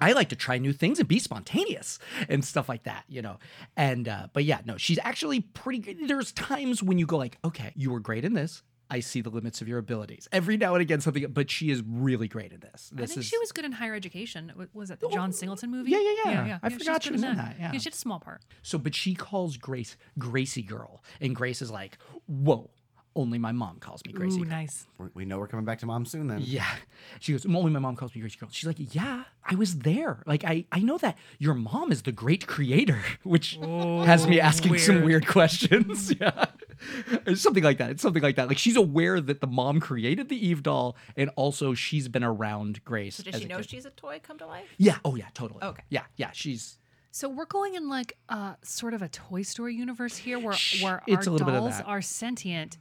S2: I like to try new things and be spontaneous and stuff like that, you know. And uh, but yeah, no, she's actually pretty good. There's times when you go like, okay, you were great in this. I see the limits of your abilities. Every now and again, something, but she is really great in this.
S1: I
S2: This
S1: think
S2: is Oh,
S1: she was good in Higher Education. W- Was it the John Singleton movie?
S2: yeah, yeah, yeah. I
S1: she's
S2: forgot she
S1: good
S2: was in that, yeah.
S1: she did a small part.
S2: So, but she calls Grace Gracie Girl, and Grace is like, "Whoa, only my mom calls me Gracie."
S1: Ooh,
S2: Girl."
S1: nice.
S3: We- we know we're coming back to mom soon then.
S2: Yeah, she goes, "Only my mom calls me Gracie Girl." She's like, "Yeah, I was there. Like, I I know that your mom is the great creator," [laughs] which has
S4: Oh,
S2: me asking some weird questions. [laughs] yeah. It's something like that. It's something like that. Like she's aware that the mom created the Eve doll, and also she's been around Grace.
S4: So does
S2: as
S4: she
S2: a
S4: know
S2: kid.
S4: she's a toy come to life?
S2: Yeah. Oh yeah. Totally.
S4: Okay.
S2: Yeah. Yeah. She's
S1: So we're going in like uh, sort of a Toy Story universe here, where
S2: Shh,
S1: where
S2: it's a
S1: our
S2: little bit of
S1: dolls
S2: that. Mm-hmm.
S1: are sentient,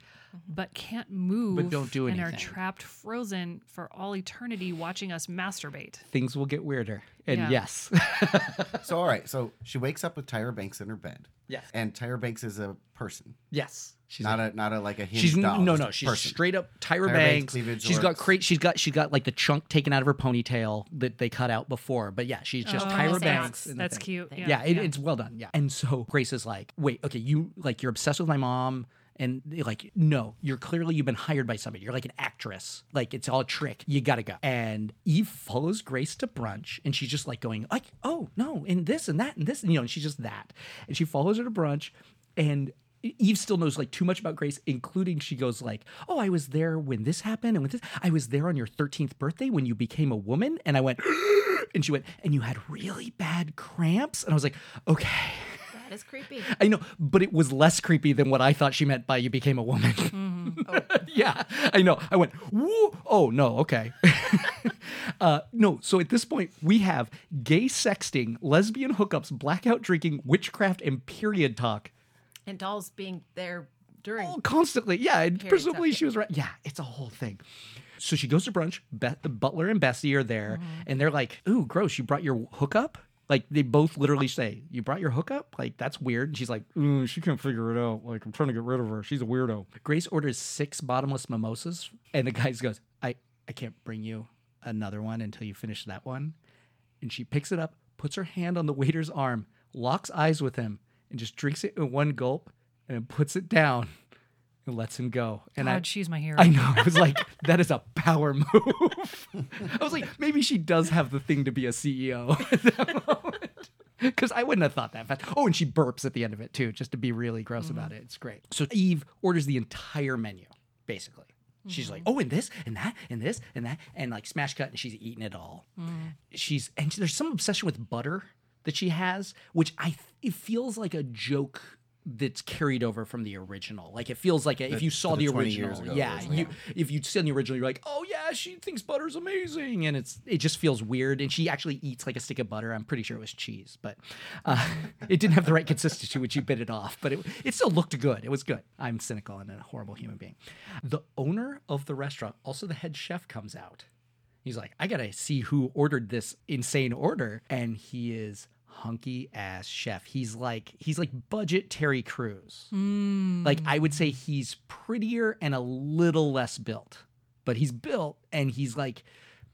S1: but can't move,
S2: don't do
S1: and are
S2: anything.
S1: trapped frozen for all eternity, watching us masturbate.
S2: things will get weirder. And
S1: Yeah.
S2: yes. [laughs]
S3: So all right, so she wakes up with Tyra Banks in her bed.
S2: Yes.
S3: And Tyra Banks is a person,
S2: yes. She's
S3: not a not a like a hinged
S2: She's
S3: doll.
S2: no,
S3: just
S2: no.
S3: a
S2: She's
S3: person.
S2: straight up Tyra,
S3: Tyra
S2: Banks.
S3: Banks cleavage
S2: she's got
S3: looks.
S2: cra- She's got she's got like the chunk taken out of her ponytail that they cut out before. But yeah, she's just Tyra
S4: that's-
S2: Banks. in the
S1: That's
S2: thing.
S1: cute.
S2: Yeah, it, it's well done. Yeah. And so Grace is like, wait, okay, you like you're obsessed with my mom. And they're like, no, you're clearly you've been hired by somebody. You're like an actress. Like it's all a trick. You gotta go. And Eve follows Grace to brunch, and she's just like going, like, oh no, and this and that and this, and you know, and she's just that. And she follows her to brunch, and E- Eve still knows like too much about Grace, including she goes like, "Oh, I was there when this happened, and when this, I was there on your thirteenth birthday when you became a woman." And I went, [gasps] and she went, and you had really bad cramps, and I was like, "Okay,
S4: That is creepy.
S2: I know," but it was less creepy than what I thought she meant by you became a woman. [laughs] yeah, I know. I went, Woo! "Oh no, okay." [laughs] Uh, no, so at this point, we have gay sexting, lesbian hookups, blackout drinking, witchcraft, and period talk.
S4: And dolls being there during.
S2: Oh, constantly. Yeah, and
S4: Period
S2: presumably
S4: talk,
S2: she was right. Yeah, it's a whole thing. So she goes to brunch. Beth, Butler and Bessie are there, and they're like, "Ooh, gross! You brought your hookup." Like they both literally say, "You brought your hookup." Like that's weird. And she's like, "Ooh, she can't figure it out. Like I'm trying to get rid of her. She's a weirdo." Grace orders six bottomless mimosas, and the guy [laughs] goes, "I I can't bring you another one until you finish that one." and she picks it up, puts her hand on the waiter's arm, locks eyes with him, and just drinks it in one gulp, and then puts it down and lets him go. And
S1: God,
S2: I,
S1: she's my hero.
S2: I know, I was like, [laughs] that is a power move. [laughs] I was like, maybe she does have the thing to be a E CEO at that moment. [laughs] Because I wouldn't have thought that fast. Oh, and she burps at the end of it too, just to be really gross about it. It's great. So Eve orders the entire menu, basically. She's like, oh, and this, and that, and this, and that, and like smash cut, and she's eating it all. She's and there's some obsession with butter that she has, which I th- it feels like a joke that's carried over from the original. Like it feels like if
S3: That-
S2: you saw
S3: for the
S2: the,
S3: 20 years
S2: original,
S3: ago
S2: yeah,
S3: version,
S2: you if you'd seen the original, you're like, oh yeah, she thinks butter's amazing, and it's it just feels weird. And she actually eats like a stick of butter. I'm pretty sure it was cheese, but uh, [laughs] it didn't have the right consistency when she bit it off. But it it still looked good. It was good. I'm cynical and a horrible human being. The owner of the restaurant, also the head chef, comes out. He's like, I gotta see who ordered this insane order, and he is hunky ass chef. He's like he's like budget Terry Crews. Like I would say he's prettier and a little less built, but he's built and he's like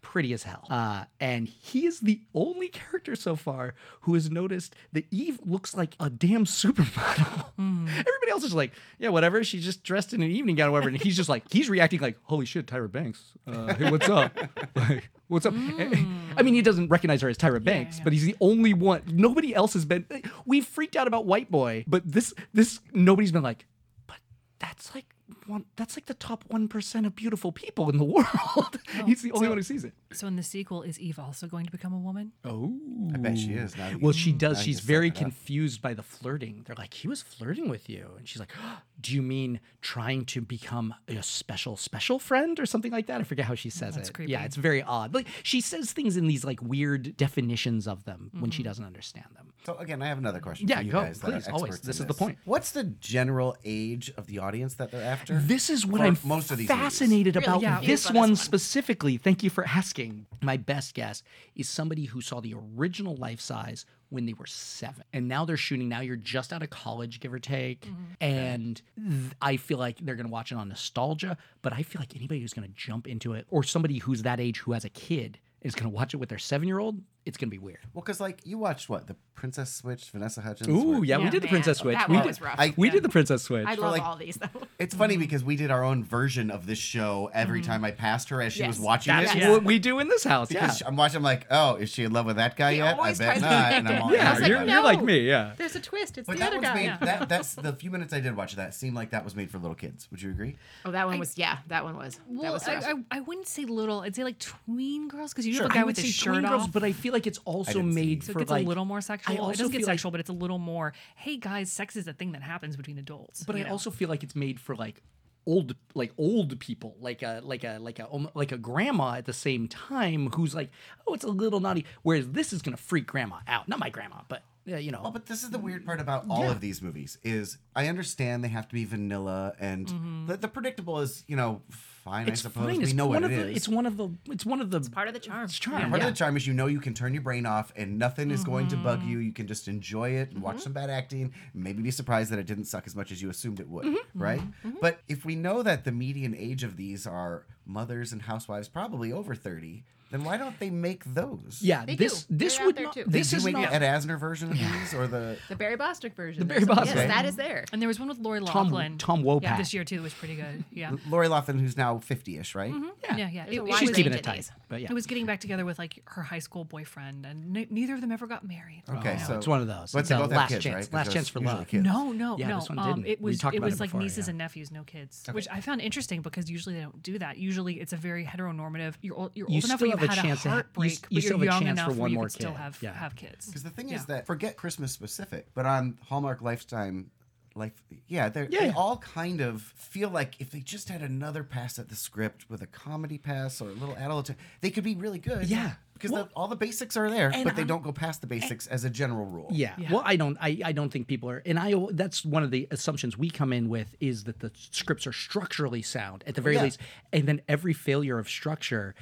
S2: pretty as hell. Uh, and he is the only character so far who has noticed that Eve looks like a damn supermodel. [laughs] Everybody else is like, yeah, whatever. She's just dressed in an evening gown, or whatever. And he's just like, he's reacting like, holy shit, Tyra Banks. Uh, hey, what's up? Like, what's up? I mean, he doesn't recognize her as Tyra Banks, but he's the only one. Nobody else has been. eh, We freaked out about White Boy, but this, this, nobody's been like, but that's like one. That's like the top one percent of beautiful people in the [laughs] world. he's the only one who sees it.
S1: Oh, So in the sequel, is Eve also going to become a woman?
S2: Oh,
S3: I bet she is. Now that you-
S2: Well,
S1: Mm.
S2: she does.
S3: now you
S2: She's
S3: set
S2: very
S3: that up.
S2: confused by the flirting. They're like, he was flirting with you. And she's like, "Oh, do you mean trying to become a special, special friend or something like that? I forget how she says
S1: That's
S2: it.
S1: creepy.
S2: Yeah, it's very odd. Like, she says things in these like weird definitions of them when
S1: Mm-hmm.
S2: she doesn't understand them.
S3: So again, I have another question.
S2: Yeah,
S3: for you
S2: go,
S3: guys that are
S2: please, always.
S3: experts in
S2: This is the point.
S3: What's the general age of the audience that they're after?
S2: This is what
S3: For
S2: I'm
S3: most of these movies.
S2: fascinated
S4: Really
S2: about
S4: confused
S2: this
S4: on
S2: one,
S4: this one.
S2: specifically. Thank you for asking. My best guess is somebody who saw the original life size when they were seven, and now they're shooting. Now you're just out of college, give or take,
S4: Mm-hmm.
S2: and th- I feel like they're going to watch it on nostalgia. But I feel like anybody who's going to jump into it, or somebody who's that age who has a kid, is going to watch it with their seven year old. It's going to be weird.
S3: Well, because like you watched what the Princess Switch, Vanessa Hudgens.
S2: Ooh,
S3: where-
S2: yeah, we
S4: Yeah,
S2: did the
S4: man.
S2: Princess
S4: That
S2: Switch.
S4: one
S2: we
S4: was
S2: did,
S4: rough.
S3: I-
S2: we did the Princess Switch.
S4: I love
S3: like-
S4: all these though.
S3: It's funny
S4: Mm-hmm.
S3: because we did our own version of this show every time I passed her as she was
S4: Yes.
S3: watching
S2: That's
S3: it.
S4: Yeah.
S2: what we do in this house. Yeah.
S3: Because I'm watching, I'm like, oh, is she in love with that guy
S4: He
S3: yet? I
S4: always tries
S3: bet
S4: to
S3: not.
S4: get
S3: And I'm all
S4: that. I was like,
S2: Yeah,
S3: angry
S2: you're,
S3: about
S2: you're
S3: it.
S2: like me. Yeah.
S4: There's a twist. It's
S3: But
S4: the
S3: that
S4: other
S3: one's
S4: guy.
S3: made.
S4: Yeah. [laughs]
S3: That, that's the few minutes I did watch that seemed like that was made for little kids. Would you agree?
S4: Oh, that one was yeah. That one was. that
S1: Well,
S4: was
S1: I,
S4: rough.
S1: I, I wouldn't say little. I'd say like tween girls because you
S2: Sure.
S1: have a
S2: I
S1: guy
S2: would
S1: with his
S2: say
S1: shirt
S2: tween girls,
S1: off.
S2: but I feel like it's also
S3: didn't see
S2: made
S1: so it
S2: for
S1: gets
S2: like
S1: a little more
S2: I
S1: sexual.
S2: also
S1: it doesn't get
S2: feel like-
S1: sexual, but it's a little more. Hey guys, sex is a thing that happens between adults.
S2: But
S1: you
S2: I
S1: know?
S2: also feel like it's made for like old like old people like a like a like a almo- like a grandma at the same time who's like oh it's a little naughty whereas this is gonna freak grandma out not my grandma but yeah you know
S3: Well, but this is the weird part about all of these movies is I understand they have to be vanilla and
S4: Mm-hmm.
S3: the, the predictable is you know fine.
S2: it's
S3: I suppose
S2: fine
S3: we
S2: it's
S3: know
S2: one of
S3: what it is.
S2: the it's one of the it's one of the
S4: Part of the charm.
S2: it's charm
S3: Part
S2: yeah. Mm-hmm.
S3: of the charm is you know you can turn your brain off and nothing is going to bug you. You can just enjoy it and watch some bad acting, maybe be surprised that it didn't suck as much as you assumed it would,
S2: Mm-hmm.
S3: right? But if we know that the median age of these are mothers and housewives probably over 30, then why don't they make those?
S2: yeah
S4: They
S2: this
S4: do.
S2: this
S4: They're out
S2: would
S4: there
S2: not,
S4: too. They
S2: this
S3: Do
S2: is
S3: we
S2: not
S3: get Ed Asner version of these or the
S4: The Barry Bostwick version.
S2: The
S4: There's
S2: Barry
S4: some-
S2: Bostwick.
S4: Yes, that is there.
S1: and there was one with Lori
S2: Tom-
S1: Loughlin.
S2: Tom
S1: Yeah,
S2: Wopat.
S1: this year too was pretty good.
S2: [laughs]
S1: Yeah,
S3: Lori Loughlin who's now 50ish, right?
S2: Mm-hmm.
S1: yeah, yeah.
S4: There's a
S1: It-
S4: wide
S2: she's
S4: range
S2: keeping
S4: of
S2: it tight
S4: these.
S2: but yeah
S1: It was getting back together with like her high school boyfriend, and n- neither of them ever got married.
S2: Oh.
S3: Okay,
S1: No.
S3: so
S2: it's one of those
S3: But
S2: it's
S3: they
S2: a
S3: both have
S2: last
S3: kids,
S2: chance
S3: right?
S2: last
S3: Because
S2: chance for
S3: usually
S2: love
S3: kids.
S1: No, no,
S2: Yeah,
S1: no.
S2: this one
S1: um,
S2: didn't.
S1: It
S2: We
S1: was
S2: talked
S1: it
S2: about it
S1: was like
S2: before,
S1: nieces
S2: yeah.
S1: and nephews, no kids, which I found interesting because usually they don't do that. Usually it's a very heteronormative. You're old, you're
S2: You
S1: old enough where
S2: still
S1: you've
S2: have a
S1: had
S2: chance to
S1: a
S2: ha- you s-
S1: heartbreak,
S2: you
S1: but you're
S2: still have a
S1: young
S2: chance for
S1: enough where
S2: one
S1: you
S2: more
S1: could still
S2: kid.
S1: have
S2: Yeah.
S1: have kids.
S3: Because the thing
S1: Yeah.
S3: is that forget Christmas specific, but on Hallmark Lifetime, life, yeah, they're,
S2: Yeah.
S3: they all kind of feel like if they just had another pass at the script with a comedy pass or a little adult, they could be really good.
S2: Yeah.
S3: because
S2: Well-
S3: the, all the basics are there,
S2: And
S3: but they
S2: I'm-
S3: don't go past the basics as a general rule.
S2: Yeah. Well, I don't. I, I don't think people are, and I. That's one of the assumptions we come in with is that the scripts are structurally sound at the very
S3: Yeah.
S2: least, and then every failure of structure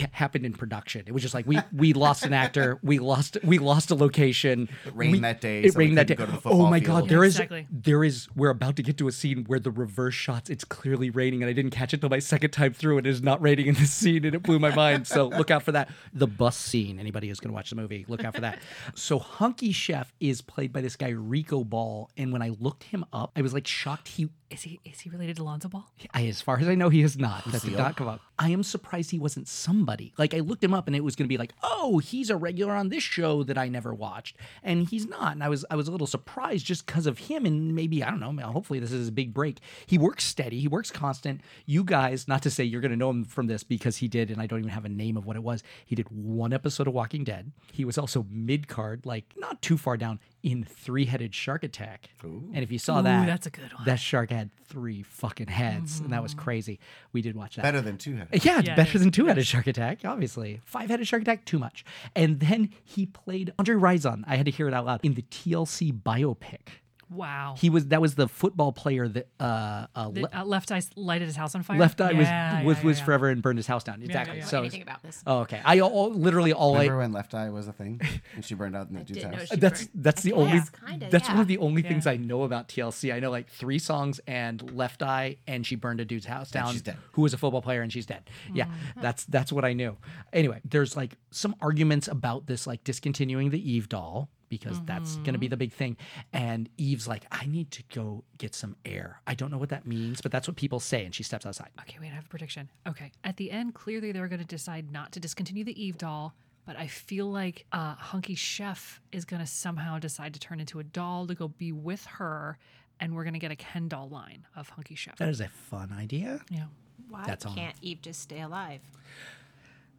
S2: it happened in production. It was just like we we lost an actor, we lost we lost a location. It
S3: rained
S2: we,
S3: that day,
S2: It
S3: so we
S2: rained that day.
S3: couldn't go to the
S2: oh
S3: football
S2: my
S3: field.
S2: god, there is
S1: Exactly.
S2: there is. We're about to get to a scene where the reverse shots. It's clearly raining, and I didn't catch it till my second time through. and It is not raining in this scene, and it blew my mind. So look out for that. The bus scene. Anybody who's going to watch the movie, look out for that. So Hunky Chef is played by this guy Rico Ball, and when I looked him up, I was like shocked. He,
S1: Is he is he related to Lonzo Ball?
S2: I, as far as I know, he is not. That did not come up. I am surprised he wasn't somebody. Like I looked him up, and it was going to be like, oh, he's a regular on this show that I never watched, and he's not. And I was I was a little surprised just because of him, and maybe I don't know. Hopefully, this is his big break. He works steady. He works constant. You guys, not to say you're going to know him from this because he did, and I don't even have a name of what it was. He did one episode of Walking Dead. He was also mid card, like not too far down. in Three Headed Shark Attack.
S3: Ooh.
S2: And if you saw
S1: Ooh,
S2: that,
S1: that's a good one. Mm-hmm.
S2: That shark had three fucking heads, and that was crazy. We did watch that.
S3: Better than
S2: [laughs]
S3: two headed.
S2: Yeah, it's
S1: Yeah, it
S2: better
S1: is.
S2: than two headed shark attack, obviously. Five headed shark attack, too much. And then he played Andre Rison. I had to hear it out loud in the TLC biopic.
S1: Wow.
S2: He was that was the football player that uh, uh,
S1: The,
S2: le-
S1: uh, left eye lighted his house on fire.
S2: left eye was
S1: Yeah,
S2: was,
S1: yeah,
S2: was
S1: yeah.
S2: forever and burned his house down. Exactly.
S4: know
S2: So
S4: anything about this.
S2: oh, okay. I all, literally all
S3: Remember
S2: I
S3: when Left Eye was a thing and she burned out in the dude's
S4: didn't know
S3: house?
S4: she-
S2: that's
S4: burned-
S2: that's
S4: I
S2: the
S4: guess,
S2: only
S4: kinda,
S2: that's one
S4: yeah.
S2: of the only things
S1: Yeah.
S2: I know about TLC. I know like three songs and Left Eye and she burned a dude's house down
S3: she's dead.
S2: who was a football player and she's dead. Yeah,
S4: Mm-hmm.
S2: that's that's what I knew. Anyway, there's like some arguments about this like discontinuing the Eve doll because that's going to
S4: Mm-hmm.
S2: be the big thing and Eve's like I need to go get some air. I don't know what that means, but that's what people say and she steps outside.
S1: Okay, wait, I have a prediction. Okay. At the end, clearly they're going to decide not to discontinue the Eve doll, but I feel like uh, Hunky Chef is going to somehow decide to turn into a doll to go be with her, and we're going to get a Ken doll line of Hunky Chef.
S2: That is a fun idea.
S1: yeah.
S11: Why
S2: That's all.
S11: can't Eve just stay alive?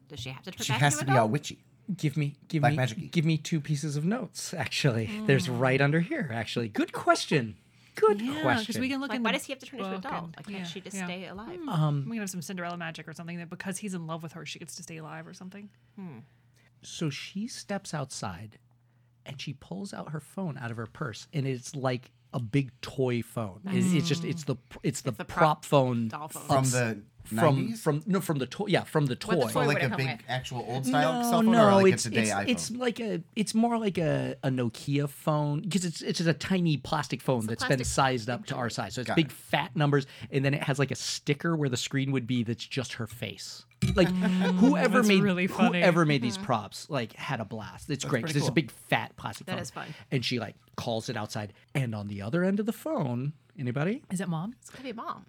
S11: Does she have to turn
S3: She
S11: back
S3: has to
S11: into
S3: be
S11: a
S3: all
S11: doll?
S3: witchy.
S2: Give me, give
S3: Black
S2: me,
S3: magic-y.
S2: give me two pieces of notes. Actually, there's right under here. Actually, good question. Good
S1: Yeah, because
S2: question.
S1: we can look
S11: Like,
S1: in
S11: why
S1: the
S11: does he have to turn into a
S1: book
S11: doll?
S1: and-
S11: Why can't
S1: yeah,
S11: she just
S1: yeah. Mm-hmm.
S11: stay alive?
S1: We can have some Cinderella magic or something that because he's in love with her, she gets to stay alive or something.
S2: so she steps outside, and she pulls out her phone out of her purse, and it's like a big toy phone. It- it's just it's the it's the,
S11: the
S2: prop,
S11: prop
S2: phone
S11: doll phone.
S3: From
S2: that's
S3: the
S2: from
S3: 90s?
S2: from no from the toy yeah from the toy.
S11: the
S3: So
S11: toy
S3: like
S11: would've
S3: a
S11: come
S3: big
S11: with.
S3: actual old style
S2: no,
S3: cell phone
S2: no,
S3: or like
S2: it's,
S3: a today
S2: it's,
S3: iPhone?
S2: it's like a it's more like a, a Nokia phone because it's it's just a tiny plastic phone that's been
S11: plastic
S2: sized up to our size. So it's
S3: Got
S2: big
S3: it.
S2: fat numbers, and then it has like a sticker where the screen would be that's just her face. Like whoever
S1: that's
S2: made
S1: really funny.
S2: whoever made these props like had a blast. It's great because
S3: pretty
S2: it's a
S3: cool.
S2: big fat plastic phone.
S11: is fun.
S2: And she like calls it outside, and on the other end of the phone, anybody?
S1: Is it mom?
S11: It's gonna be mom.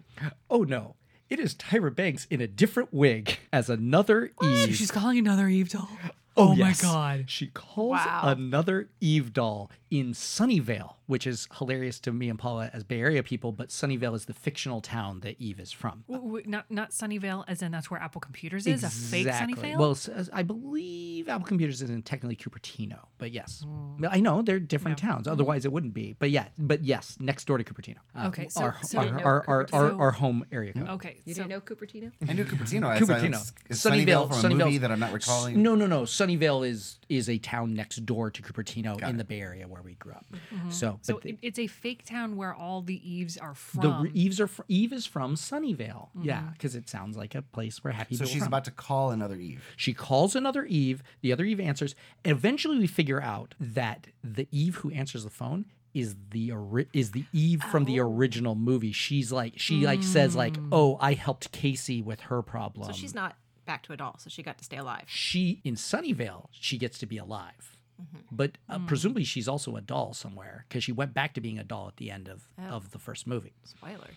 S2: Oh no. It is Tyra Banks in a different wig as another
S1: So
S2: Eve.
S1: she's calling another Eve doll. Oh, my
S2: Yes.
S1: god.
S2: She calls
S11: Wow.
S2: another Eve doll in Sunnyvale, which is hilarious to me and Paula as Bay Area people, but Sunnyvale is the fictional town that Eve is from.
S1: W- w- not not Sunnyvale, as in that's where Apple Computers is. A fake Sunnyvale.
S2: Well, s- as- I believe Apple Computers is in technically Cupertino, but yes.
S1: Hmm.
S2: I know they're different towns. Otherwise, it wouldn't be. But yeah, but yes, next door to Cupertino. Uh,
S1: Okay, so-
S2: our,
S1: so-
S2: our,
S1: You know
S2: our, our,
S1: Cupertino.
S2: our, our home area. code.
S1: okay.
S11: You
S1: so-
S11: didn't know Cupertino?
S3: I knew Cupertino. I thought
S2: Cupertino.
S3: it was- Is Sunnyvale from a movie that I'm not
S2: S-
S3: recalling?
S2: No, no, no. Sunnyvale is is a town next door to Cupertino in the Bay Area where we grew up. So,
S1: Mm-hmm. So
S2: but the,
S1: it, it's a fake town where all the Eves are
S2: the
S1: from. Mm-hmm.
S2: re- Eves are fr- Eve is from Sunnyvale. Yeah, because it sounds like a place where happy.
S3: So
S2: people
S3: she's
S2: from.
S3: about to call another Eve.
S2: She calls another Eve. The other Eve answers. And eventually, we figure out that the Eve who answers the phone is the ori- is the Eve from
S1: Oh.
S2: the original movie. She's like she like says like,
S1: Mm.
S2: "Oh, I helped Casey with her problem."
S11: So she's not back to a doll, so she got to stay alive.
S2: she in Sunnyvale, she gets to be alive.
S1: Mm-hmm.
S2: But uh, presumably she's also a doll somewhere because she went back to being a doll at the end of,
S1: Oh.
S2: of the first movie. [laughs]
S11: Spoiler.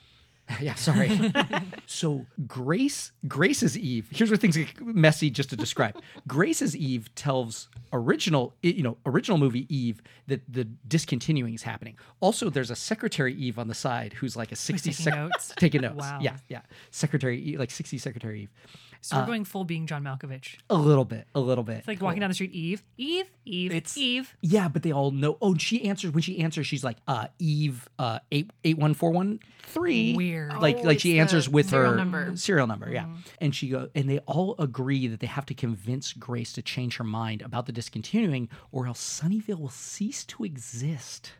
S1: [laughs]
S2: yeah, sorry. so Grace, Grace's Eve. Here's where things get messy just
S1: [laughs]
S2: to describe. Grace's Eve tells original, i- you know, original movie Eve that the discontinuing is happening. Also, there's a secretary Eve on the side who's like a
S1: [laughs]
S2: 60
S1: taking
S2: sec-
S1: notes?
S2: taking notes.
S1: Wow.
S2: Yeah, yeah. Secretary, Eve- like 60 secretary Eve.
S1: so we're going full being John Malkovich.
S2: A little bit, a little bit.
S1: It's like walking down the street, Eve, Eve, Eve,
S2: It's-
S1: Eve.
S2: Yeah, but they all know. Oh, and she answers when she answers. She's like, uh, Eve, uh, eight eight one four one three.
S1: Weird.
S2: Like like she answers with
S11: Oh, serial
S2: her
S11: number.
S2: serial number. Yeah, and she go and they all agree that they have to convince Grace to change her mind about the discontinuing, or else Sunnyvale will cease to exist.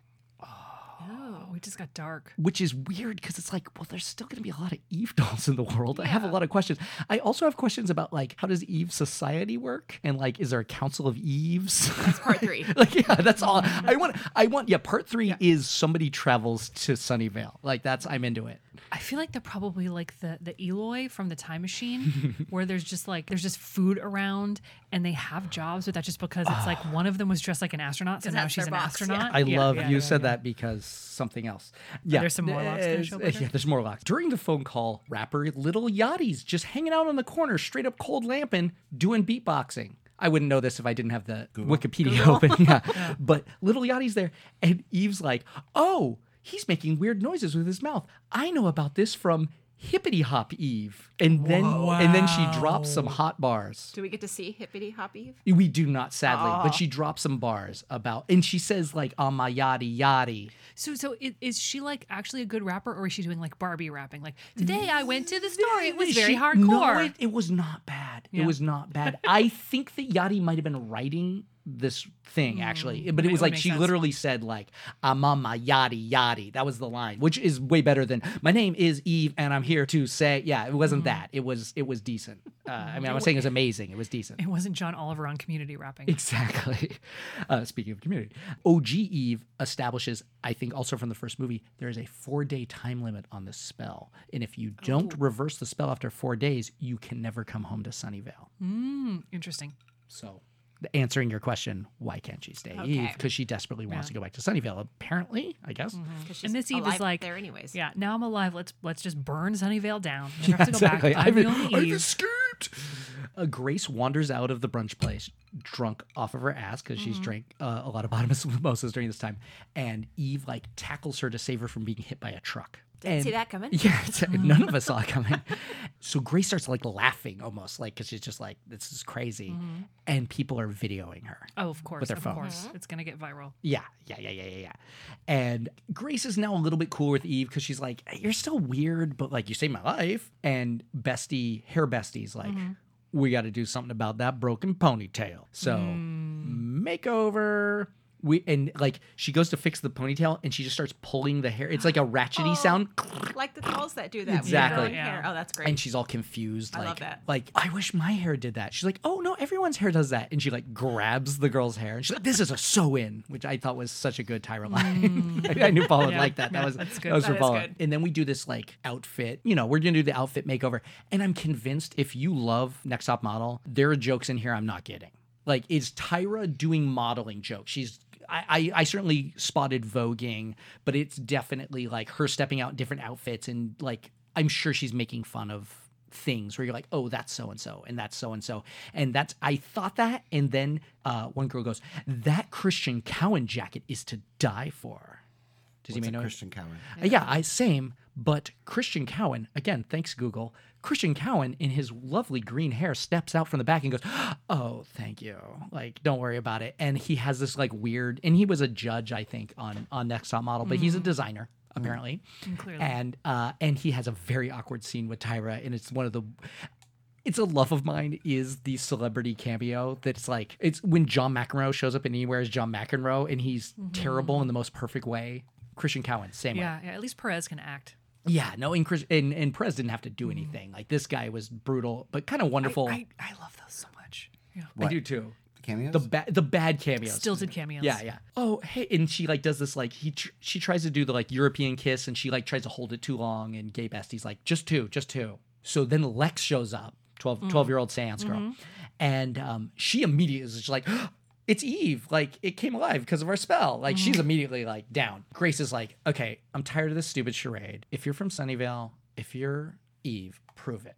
S1: Oh, we just got dark.
S2: Which is weird because it's like, well, there's still going to be a lot of Eve [laughs] dolls in the world. I have a lot of questions. I also have questions about like how does Eve society work, and like is there a council of Eves?
S11: Part three.
S2: [laughs]
S11: Mm-hmm.
S2: like yeah that's all i want i want yeah part three is somebody travels to sunnyvale like that's i'm into it
S1: I feel like they're probably like the the Eloy from the Time [laughs] Machine, where there's just like there's just food around, and they have jobs, but that's just because it's like one of them was dressed like an astronaut, so now
S11: that's
S1: she's
S11: their
S1: an
S11: box, yeah.
S1: astronaut.
S2: i
S1: Yeah,
S2: love
S1: yeah,
S2: you
S1: yeah,
S2: said
S1: yeah.
S2: that because something else yeah
S1: there's some Morlocks gonna
S2: Uh,
S1: show up later?
S2: yeah there's more locks during the phone call rapper little yachty's just hanging out on the corner straight up cold lamping doing beatboxing I wouldn't know this if I didn't have the Wikipedia
S1: [laughs]
S2: open. Yeah. But little Yachty's there. And Eve's like, oh, he's making weird noises with his mouth. I know about this from hippity hop Eve, and then and then she drops some hot bars.
S11: Do we get to see Hippity Hop Eve?
S2: We do not, sadly,
S11: Aw.
S2: but she drops some bars about, and she says like, "Ah, my yadi yadi."
S1: So, so i- is she like actually a good rapper, or is she doing like Barbie rapping? Like today, I went to the store. It was very
S2: She-
S1: hardcore.
S2: No, it, it was not bad.
S1: Yeah.
S2: It was not
S1: [laughs]
S2: bad. I think that Yadi might have been writing this thing actually, but it
S1: Mm, it
S2: was
S1: would
S2: like
S1: make
S2: she
S1: sense.
S2: literally said like "I'm on my Yadi Yadi." That was the line, which is way better than "My name is Eve and I'm here to say." Yeah, it
S1: Mm.
S2: wasn't that. It was it was decent. Uh, I mean, I'm not saying it was amazing. It was decent.
S1: It wasn't John Oliver on Community rapping.
S2: Exactly. [laughs] Uh, speaking of community, OG Eve establishes, I think, also from the first movie, there is a four day time limit on this spell. And if you don't reverse the spell after four days, you can never come home to Sunnyvale.
S1: Mm, interesting.
S2: So, th- answering your question, why can't she stay
S1: Okay.
S2: Eve? Because she desperately wants to go back to Sunnyvale, apparently, I guess.
S1: And this Eve is
S11: alive
S1: like,
S11: there anyways.
S1: Yeah, now I'm alive. Let's let's just burn Sunnyvale down. Never
S2: Yeah,
S1: have to go
S2: exactly.
S1: back. I'm
S2: I've,
S1: the only
S2: I've
S1: Eve.
S2: escaped. Uh, Grace wanders out of the brunch place drunk off of her ass because
S11: Mm-hmm.
S2: she's drank uh, a lot of bottomless [laughs] mimosas during this time. And Eve like tackles her to save her from being hit by a truck.
S11: Didn't see
S2: And-
S11: that coming.
S2: [laughs]
S11: Mm.
S2: Yeah, it's- uh, none of us saw it
S11: [laughs]
S2: coming. so Grace starts like laughing almost, like because she's just like, "This is crazy,"
S11: Mm-hmm.
S2: and people are videoing her.
S1: Oh, of course,
S2: their Mm-hmm.
S1: of
S2: phone.
S1: course, it's gonna get viral.
S2: Yeah, yeah, yeah, yeah, yeah, yeah. And Grace is now a little bit cool with Eve because she's like, "You're still weird, but like you saved my life." And Bestie, her bestie's like, "We got to do something about that broken ponytail." So makeover. We and like she goes to fix the ponytail and she just starts pulling the hair. It's like a ratchety sound.
S11: Like the dolls that do that. with
S2: Exactly.
S11: their own hair. Oh, that's great.
S2: And she's all confused.
S11: I
S2: like,
S11: love that.
S2: Like, I wish my hair did that. She's like, oh no, everyone's hair does that. And she like grabs the girl's hair and she's like, this is a sew in, which I thought was such a good Tyra line. [laughs] I- I knew Paul would
S1: Mm. Yeah.
S2: like that. That
S1: Yeah,
S2: was
S1: that's good.
S2: That was
S1: That
S2: for
S1: is
S2: Paul.
S1: good.
S2: And then we do this like outfit. You know, we're gonna do the outfit makeover. And I'm convinced if you love Next Top Model, there are jokes in here I'm not getting. Like, is Tyra doing modeling jokes? She's I, I, I certainly spotted voguing, but it's definitely like her stepping out in different outfits and like I'm sure she's making fun of things where you're like, oh, that's so and so, and that's so and so, and that's I thought that, and then uh, one girl goes, that Christian Cowan jacket is to die for. Does
S3: What's
S2: he
S3: a
S2: know?
S3: Christian Cowan?
S2: Uh, Yeah, I same, but Christian Cowan again. Thanks Google. Christian Cowan in his lovely green hair steps out from the back and goes, [gasps] "Oh, thank you. Like, don't worry about it." And he has this like weird. And he was a judge, I think, on on Next Top Model, but he's a designer apparently.
S1: clearly.
S2: And uh, and he has a very awkward scene with Tyra, and it's one of the. It's a love of mine is the celebrity cameo that's like it's when John McEnroe shows up and he wears John McEnroe and he's terrible in the most perfect way. Christian Cowan, same way.
S1: Yeah, yeah, at least Perez can act.
S2: Yeah, no, and Chris and, and Perez didn't have to do anything. Like this guy was brutal, but kind of wonderful.
S1: Mm. I, I love those so much. Yeah.
S2: I do too.
S3: The cameos?
S2: The bad, the bad cameos.
S1: Stilted cameos.
S2: Yeah, yeah. Oh, hey, and she like does this like he tr- she tries to do the like European kiss, and she like tries to hold it too long, and Gay Bestie's like just two, just two. So then Lex shows up, 12, 12 year old seance girl, and um, she immediately is just like. [gasps] It's Eve. Like it came alive because of our spell. Like she's immediately like down. Grace is like, okay, I'm tired of this stupid charade. If you're from Sunnyvale, if you're Eve, prove it.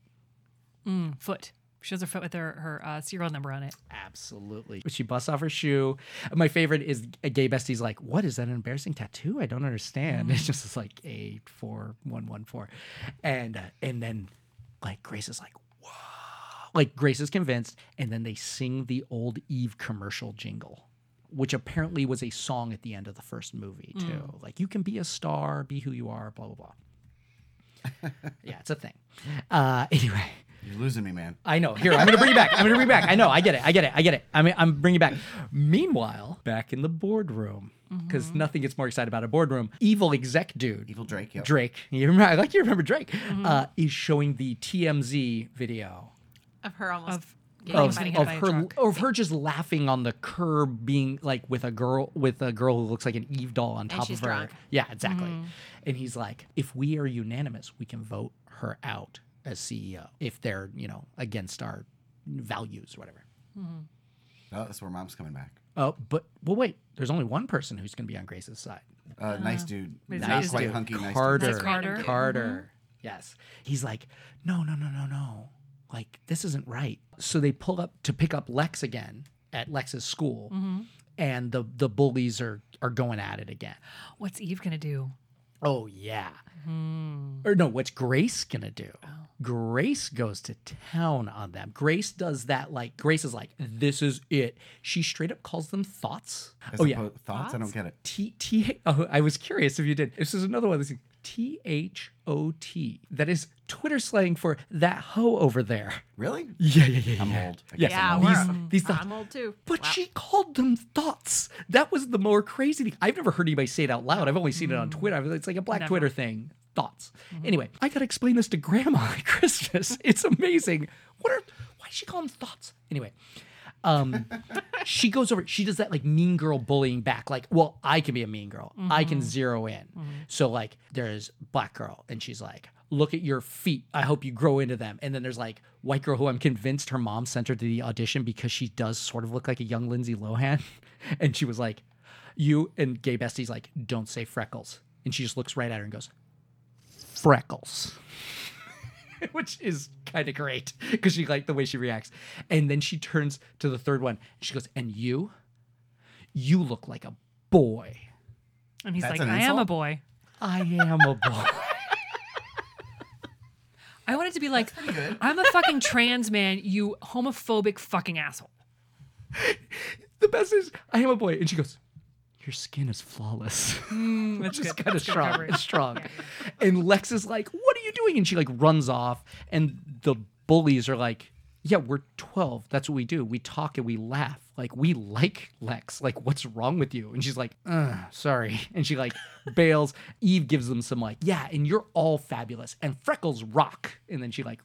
S1: Mm, foot. She has her foot with her her uh, serial number on it.
S2: Absolutely. She busts off her shoe. My favorite is a gay bestie's like, What is that an embarrassing tattoo? I don't understand. [laughs] It's just it's like eight four one one four. And uh, and then like Grace is like, Whoa. Like Grace is convinced, and then they sing the old Eve commercial jingle. Which apparently was a song at the end of the first movie too. Like you can be a star, be who you are, blah blah blah. [laughs] yeah, it's a thing. Uh, [laughs] anyway,
S3: You're losing me, man.
S2: I know. Here, I'm gonna bring you back. I'm gonna bring you back. I know. I get it. I get it. I get it. I'm I'm bringing you back. Meanwhile, back in the boardroom, because nothing gets more excited about a boardroom. Evil exec dude,
S3: Evil Drake. Yep.
S2: Drake. You remember? I like you remember Drake. Uh, is showing the TMZ video
S11: of her almost
S1: Of-
S11: getting
S2: of,
S1: was getting
S11: funny.
S1: hit
S2: of
S1: by a
S2: her
S1: truck.
S2: of her just laughing on the curb, being like with a girl with a girl who looks like an Eve doll on top
S11: she's
S2: of her.
S11: drunk.
S2: Yeah, exactly.
S1: Mm.
S2: And he's like, if we are unanimous, we can vote her out as CEO if they're you know against our values or whatever.
S3: Oh, that's where mom's coming back.
S2: Oh, but well, wait. There's only one person who's going to be on Grace's side.
S3: Uh, nice dude.
S1: Uh-huh. Nice
S3: Not
S1: dude.
S3: quite hunky. Nice dude. Mm-hmm.
S2: Carter.
S1: That's Carter.
S2: Carter.
S1: Carter.
S2: Yes. He's like, no, no, no, no, no. Like, this isn't right. So they pull up to pick up Lex again at Lex's
S3: Mm-hmm.
S2: school, and the the bullies are are going at it again.
S1: What's Eve gonna do?
S2: Oh yeah.
S3: Mm-hmm.
S2: Or no, what's Grace gonna do?
S3: Oh.
S2: Grace goes to town on them. Grace does that like Grace is like, this is it. She straight up calls them thoughts.
S3: As
S2: oh yeah.
S3: opposed- thoughts? I don't get it.
S2: T T oh, I was curious if you did. This is another one of these things. T H O T. That is Twitter slang for that hoe over there.
S3: Really?
S2: [laughs] Yeah, yeah, yeah.
S3: I'm
S2: yeah.
S3: old. I
S2: Yeah,
S3: guess I'm
S11: we're-
S2: these, these thoughts.
S11: I'm old too.
S2: But she called them thoughts. That was the more crazy thing. I've never heard anybody say it out loud. I've only seen it
S11: Mm-hmm.
S2: on Twitter. It's like a black Twitter thing. Thoughts. Anyway, I gotta explain this to Grandma [laughs] at Christmas. It's amazing. What are? Why does she call them thoughts? Anyway, um, she goes over. She does that like mean girl bullying back. Like, well, I can be a mean girl. I can zero in. So like, there's black girl, and she's like, look at your feet. I hope you grow into them. And then there's like white girl who I'm convinced her mom sent her to the audition because she does sort of look like a young Lindsay Lohan, [laughs] and she was like, you and gay bestie's like, don't say freckles. And she just looks right at her and goes, freckles [laughs] which is kind of great because she like the way she reacts. And then she turns to the third one. And she goes, "And you, you look like a boy.
S1: And he's
S3: That's
S1: like,
S3: an
S1: I am a
S3: insult?
S1: boy.
S2: I am a boy."
S1: I wanted to be like, I'm a fucking trans man, you homophobic fucking asshole.
S2: the best is, "I am a boy," and she goes. Your skin is flawless. [laughs] Which is kind of strong.
S1: coverage.
S2: It's strong. And Lex is like, What are you doing? And she like runs off. And the bullies are like, Yeah, we're 12. That's what we do. We talk and we laugh. Like, we like Lex. Like, what's wrong with you? And she's like, Ugh, Sorry. [laughs] And she like bails. Eve gives them some like, Yeah, and you're all fabulous. And freckles rock. And then she like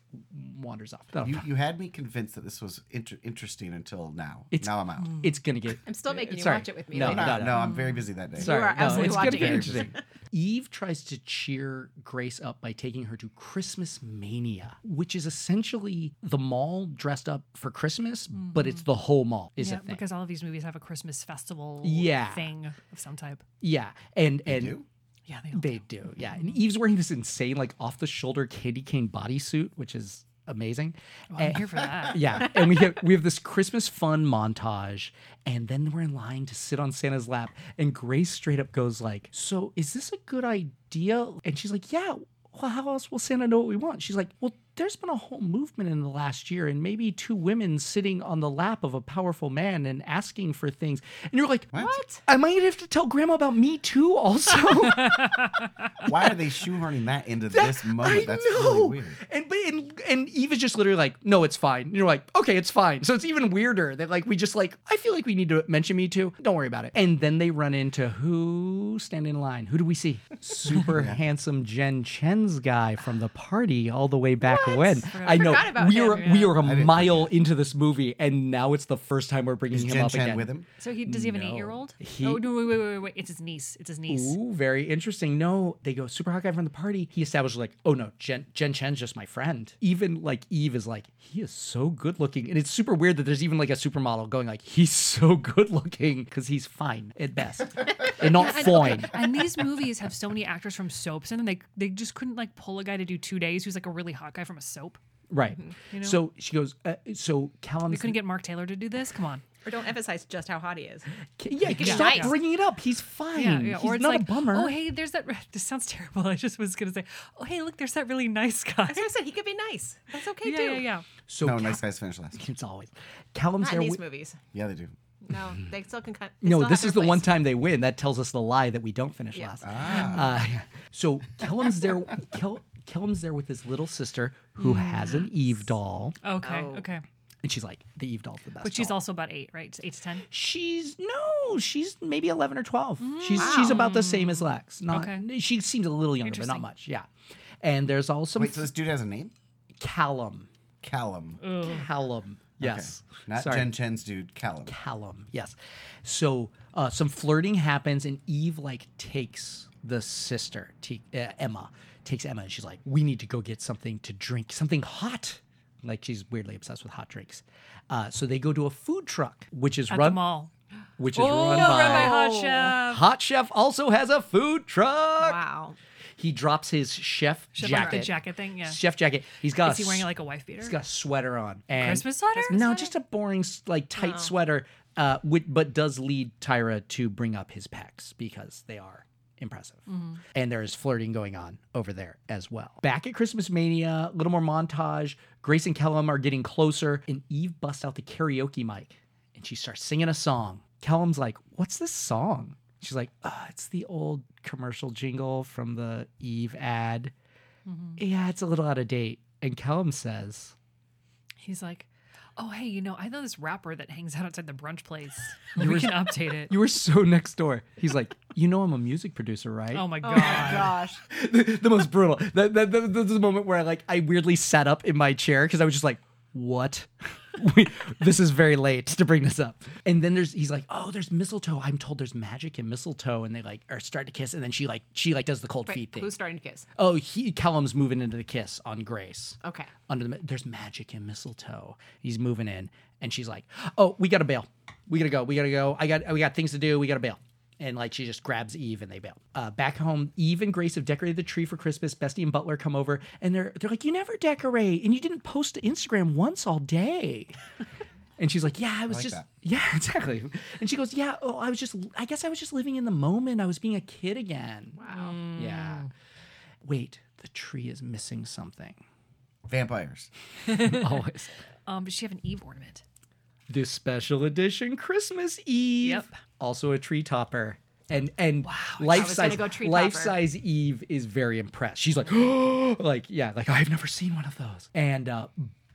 S2: wanders off.
S3: You, you had me convinced that this was inter- interesting until now.
S2: It's-
S3: now I'm out.
S2: it's going to get.
S11: I'm still making you
S2: Sorry.
S11: watch it with me
S2: No,
S3: No,
S11: later.
S2: no,
S3: no,
S2: no.
S3: I'm very busy that day.
S2: Sorry,
S11: are absolutely
S2: no, it's gonna
S11: watching
S2: be
S11: it.
S2: interesting. Eve tries to cheer Grace up by taking her to Christmas Mania, which is essentially the mall dressed up for Christmas, but it's the whole mall is
S1: yeah,
S2: a thing.
S1: because all of these movies have a Christmas festival
S2: Yeah.
S1: thing of some type.
S2: yeah, and and
S3: do?
S1: Yeah, they all
S2: they do. Yeah, and Eve's wearing this insane like off the shoulder candy cane bodysuit, which is amazing.
S1: I'm
S2: And-
S1: here for that.
S2: [laughs] yeah, and we have we have this Christmas fun montage, and then we're in line to sit on Santa's lap, and Grace straight up goes like, "So is this a good idea?" And she's like, "Yeah." Well, how else will Santa know what we want? She's like, "Well, there's been a whole movement in the last year, and maybe two women sitting on the lap of a powerful man and asking for things." And you're like, "What? I might have to tell Grandma about me too, also." [laughs]
S3: Why are they shoehorning that into this moment?
S2: I
S3: That's
S2: know.
S3: really weird.
S2: And but and, and Eve is just literally like, no, it's fine. And you're like, okay, it's fine. So it's even weirder that like we just like, I feel like we need to mention me too. Don't worry about it. And then they run into who standing in line. Who do we see? [laughs] Super handsome Jen Chen's guy from the party all the way back when. I know
S11: Forgot about
S2: we
S11: him,
S2: are we are a
S3: didn't
S2: mile into this movie, and now it's the first time we're bringing
S3: Is
S2: him
S3: Jen
S2: up
S3: Chan
S2: again.
S3: with him?
S1: So he does he have an
S2: No.
S1: eight year old?
S2: He-
S1: Oh no! Wait, wait, wait, wait, wait! It's his niece. It's his niece.
S2: Ooh, very interesting. No, they go super hot guy from the party. He establishes like, oh no, Jen, Jen Chen's just my friend. Even like Eve is like, he is so good looking, and it's super weird that there's even like a supermodel going like, he's so [laughs] good looking because he's fine at best
S1: [laughs]
S2: and not fine.
S1: And these movies have so many actors from soaps, and then they they just couldn't like pull a guy to do two days who's like a really hot guy from a soap.
S2: Right. So she goes. Uh, so
S1: We
S2: Callum's
S1: couldn't get Mark Taylor to do this. Come on.
S11: Or don't emphasize just how hot he is.
S2: yeah.
S1: it
S2: Stop
S1: nice.
S2: bringing it up. He's fine.
S1: Yeah, yeah.
S2: He's
S1: or it's
S2: not
S1: like,
S2: a bummer.
S1: oh hey, there's that. [laughs] This sounds terrible. I just was gonna say, oh hey, look, there's that really nice guy.
S11: That's what I said. He could be nice. That's
S1: [laughs]
S11: okay
S1: yeah,
S11: too.
S1: yeah, yeah.
S2: so
S3: No,
S2: Cal-
S3: nice guys finish last.
S2: It's always Callum's
S11: Not
S2: there.
S11: in these
S2: wi-
S11: movies.
S3: Yeah, they do.
S11: No, they still can. cut- they
S2: No,
S11: still
S2: this
S11: have
S2: is the
S11: their
S2: one
S11: place.
S2: time they win. That tells us the lie that we don't finish last.
S3: Ah.
S2: Uh, yeah. so Kellum's there. Kel, Kellum's there with his little sister who has an Eve doll,
S1: Okay,
S11: Oh.
S1: okay.
S2: and she's like, "The Eve doll's the best."
S1: But she's
S2: doll."
S1: also about eight, right? It's Eight to ten.
S2: She's no, she's maybe eleven or twelve.
S11: Mm.
S2: She's she's about the same as Lex. Not
S1: Okay.
S2: she seems a little younger, but not
S1: Interesting.
S2: much. Yeah, and there's also
S3: Wait, so this dude has a name?
S2: Callum.
S3: Callum.
S2: Callum.
S3: Okay.
S2: Yes.
S3: Not
S2: Sorry.
S3: Jen Chen's dude, Callum.
S2: Callum. Yes. So uh, some flirting happens, and Eve like takes the sister, t- uh, Emma, takes Emma, and she's like, "We need to go get something to drink, something hot." Like she's weirdly obsessed with hot drinks. Uh, so they go to a food truck, which is
S1: At
S2: run,
S1: the mall.
S2: which is run
S1: Oh,
S2: by.
S1: run by Hot Chef.
S2: Hot Chef also has a food truck.
S11: Wow.
S2: He drops his chef,
S1: Chef like
S2: jacket.
S1: the jacket thing. Yeah.
S2: Chef jacket. He's got.
S1: Is he
S2: a
S1: wearing
S2: s-
S1: like a wife beater?
S2: He's got a sweater on. And
S1: Christmas sweater? Christmas
S2: no,
S1: sweater?
S2: just a boring, s- like
S1: Oh.
S2: tight sweater. Uh, which, but does lead Tyra to bring up his pecs because they are impressive.
S1: Mm-hmm.
S2: And there is flirting going on over there as well. Back at Christmas Mania, a little more montage. Grace and Kellum are getting closer, and Eve busts out the karaoke mic and she starts singing a song. Kellum's like, What's this song? She's like, "Ah, It's the old commercial jingle from the Eve ad.
S1: Mm-hmm.
S2: Yeah, it's a little out of date. And Kellum says,
S1: He's like, oh, hey, you know, I know this rapper that hangs out outside the brunch place. we can update it.
S2: [laughs] You were so next door. He's like, You know, I'm a music producer, right?
S1: Oh my God.
S11: gosh.
S2: [laughs] the, the most brutal. That, that, that, this is the moment where I like I weirdly sat up in my chair because I was just like, what? [laughs] we, this is very late to bring this up. And then there's he's like, oh, there's mistletoe. I'm told there's magic in mistletoe, and they like are starting to kiss, and then she like she like does the cold feet thing.
S11: Who's starting to kiss?
S2: oh, he Callum's moving into the kiss on Grace.
S11: Okay.
S2: Under the ma- there's magic in mistletoe. He's moving in, and she's like, oh, we gotta bail. We gotta go. We gotta go. I got we got things to do. We gotta bail. And like she just grabs Eve and they bail. Uh, back home, Eve and Grace have decorated the tree for Christmas. Bestie and Butler come over and they're they're like, "You never decorate, and you didn't post to Instagram once all
S3: [laughs]
S2: day." and she's like, "Yeah, I was
S3: like
S2: just
S3: that.
S2: [laughs] yeah, exactly." And she goes, "Yeah, oh, I was just I guess I was just living in the moment. I was being a kid again." Wow. Yeah.
S3: Mm.
S2: Wait, the tree is missing
S3: [laughs]
S2: something. Oh,
S3: Vampires.
S2: Always.
S1: Um, does she have an Eve ornament?
S2: this special edition Christmas Eve.
S1: Yep.
S2: Also a tree topper. And and life
S11: was gonna
S2: size
S11: go tree
S2: life
S11: topper.
S2: size Eve is very impressed. She's like, [gasps] oh, like yeah, like I've never seen one of those. And uh,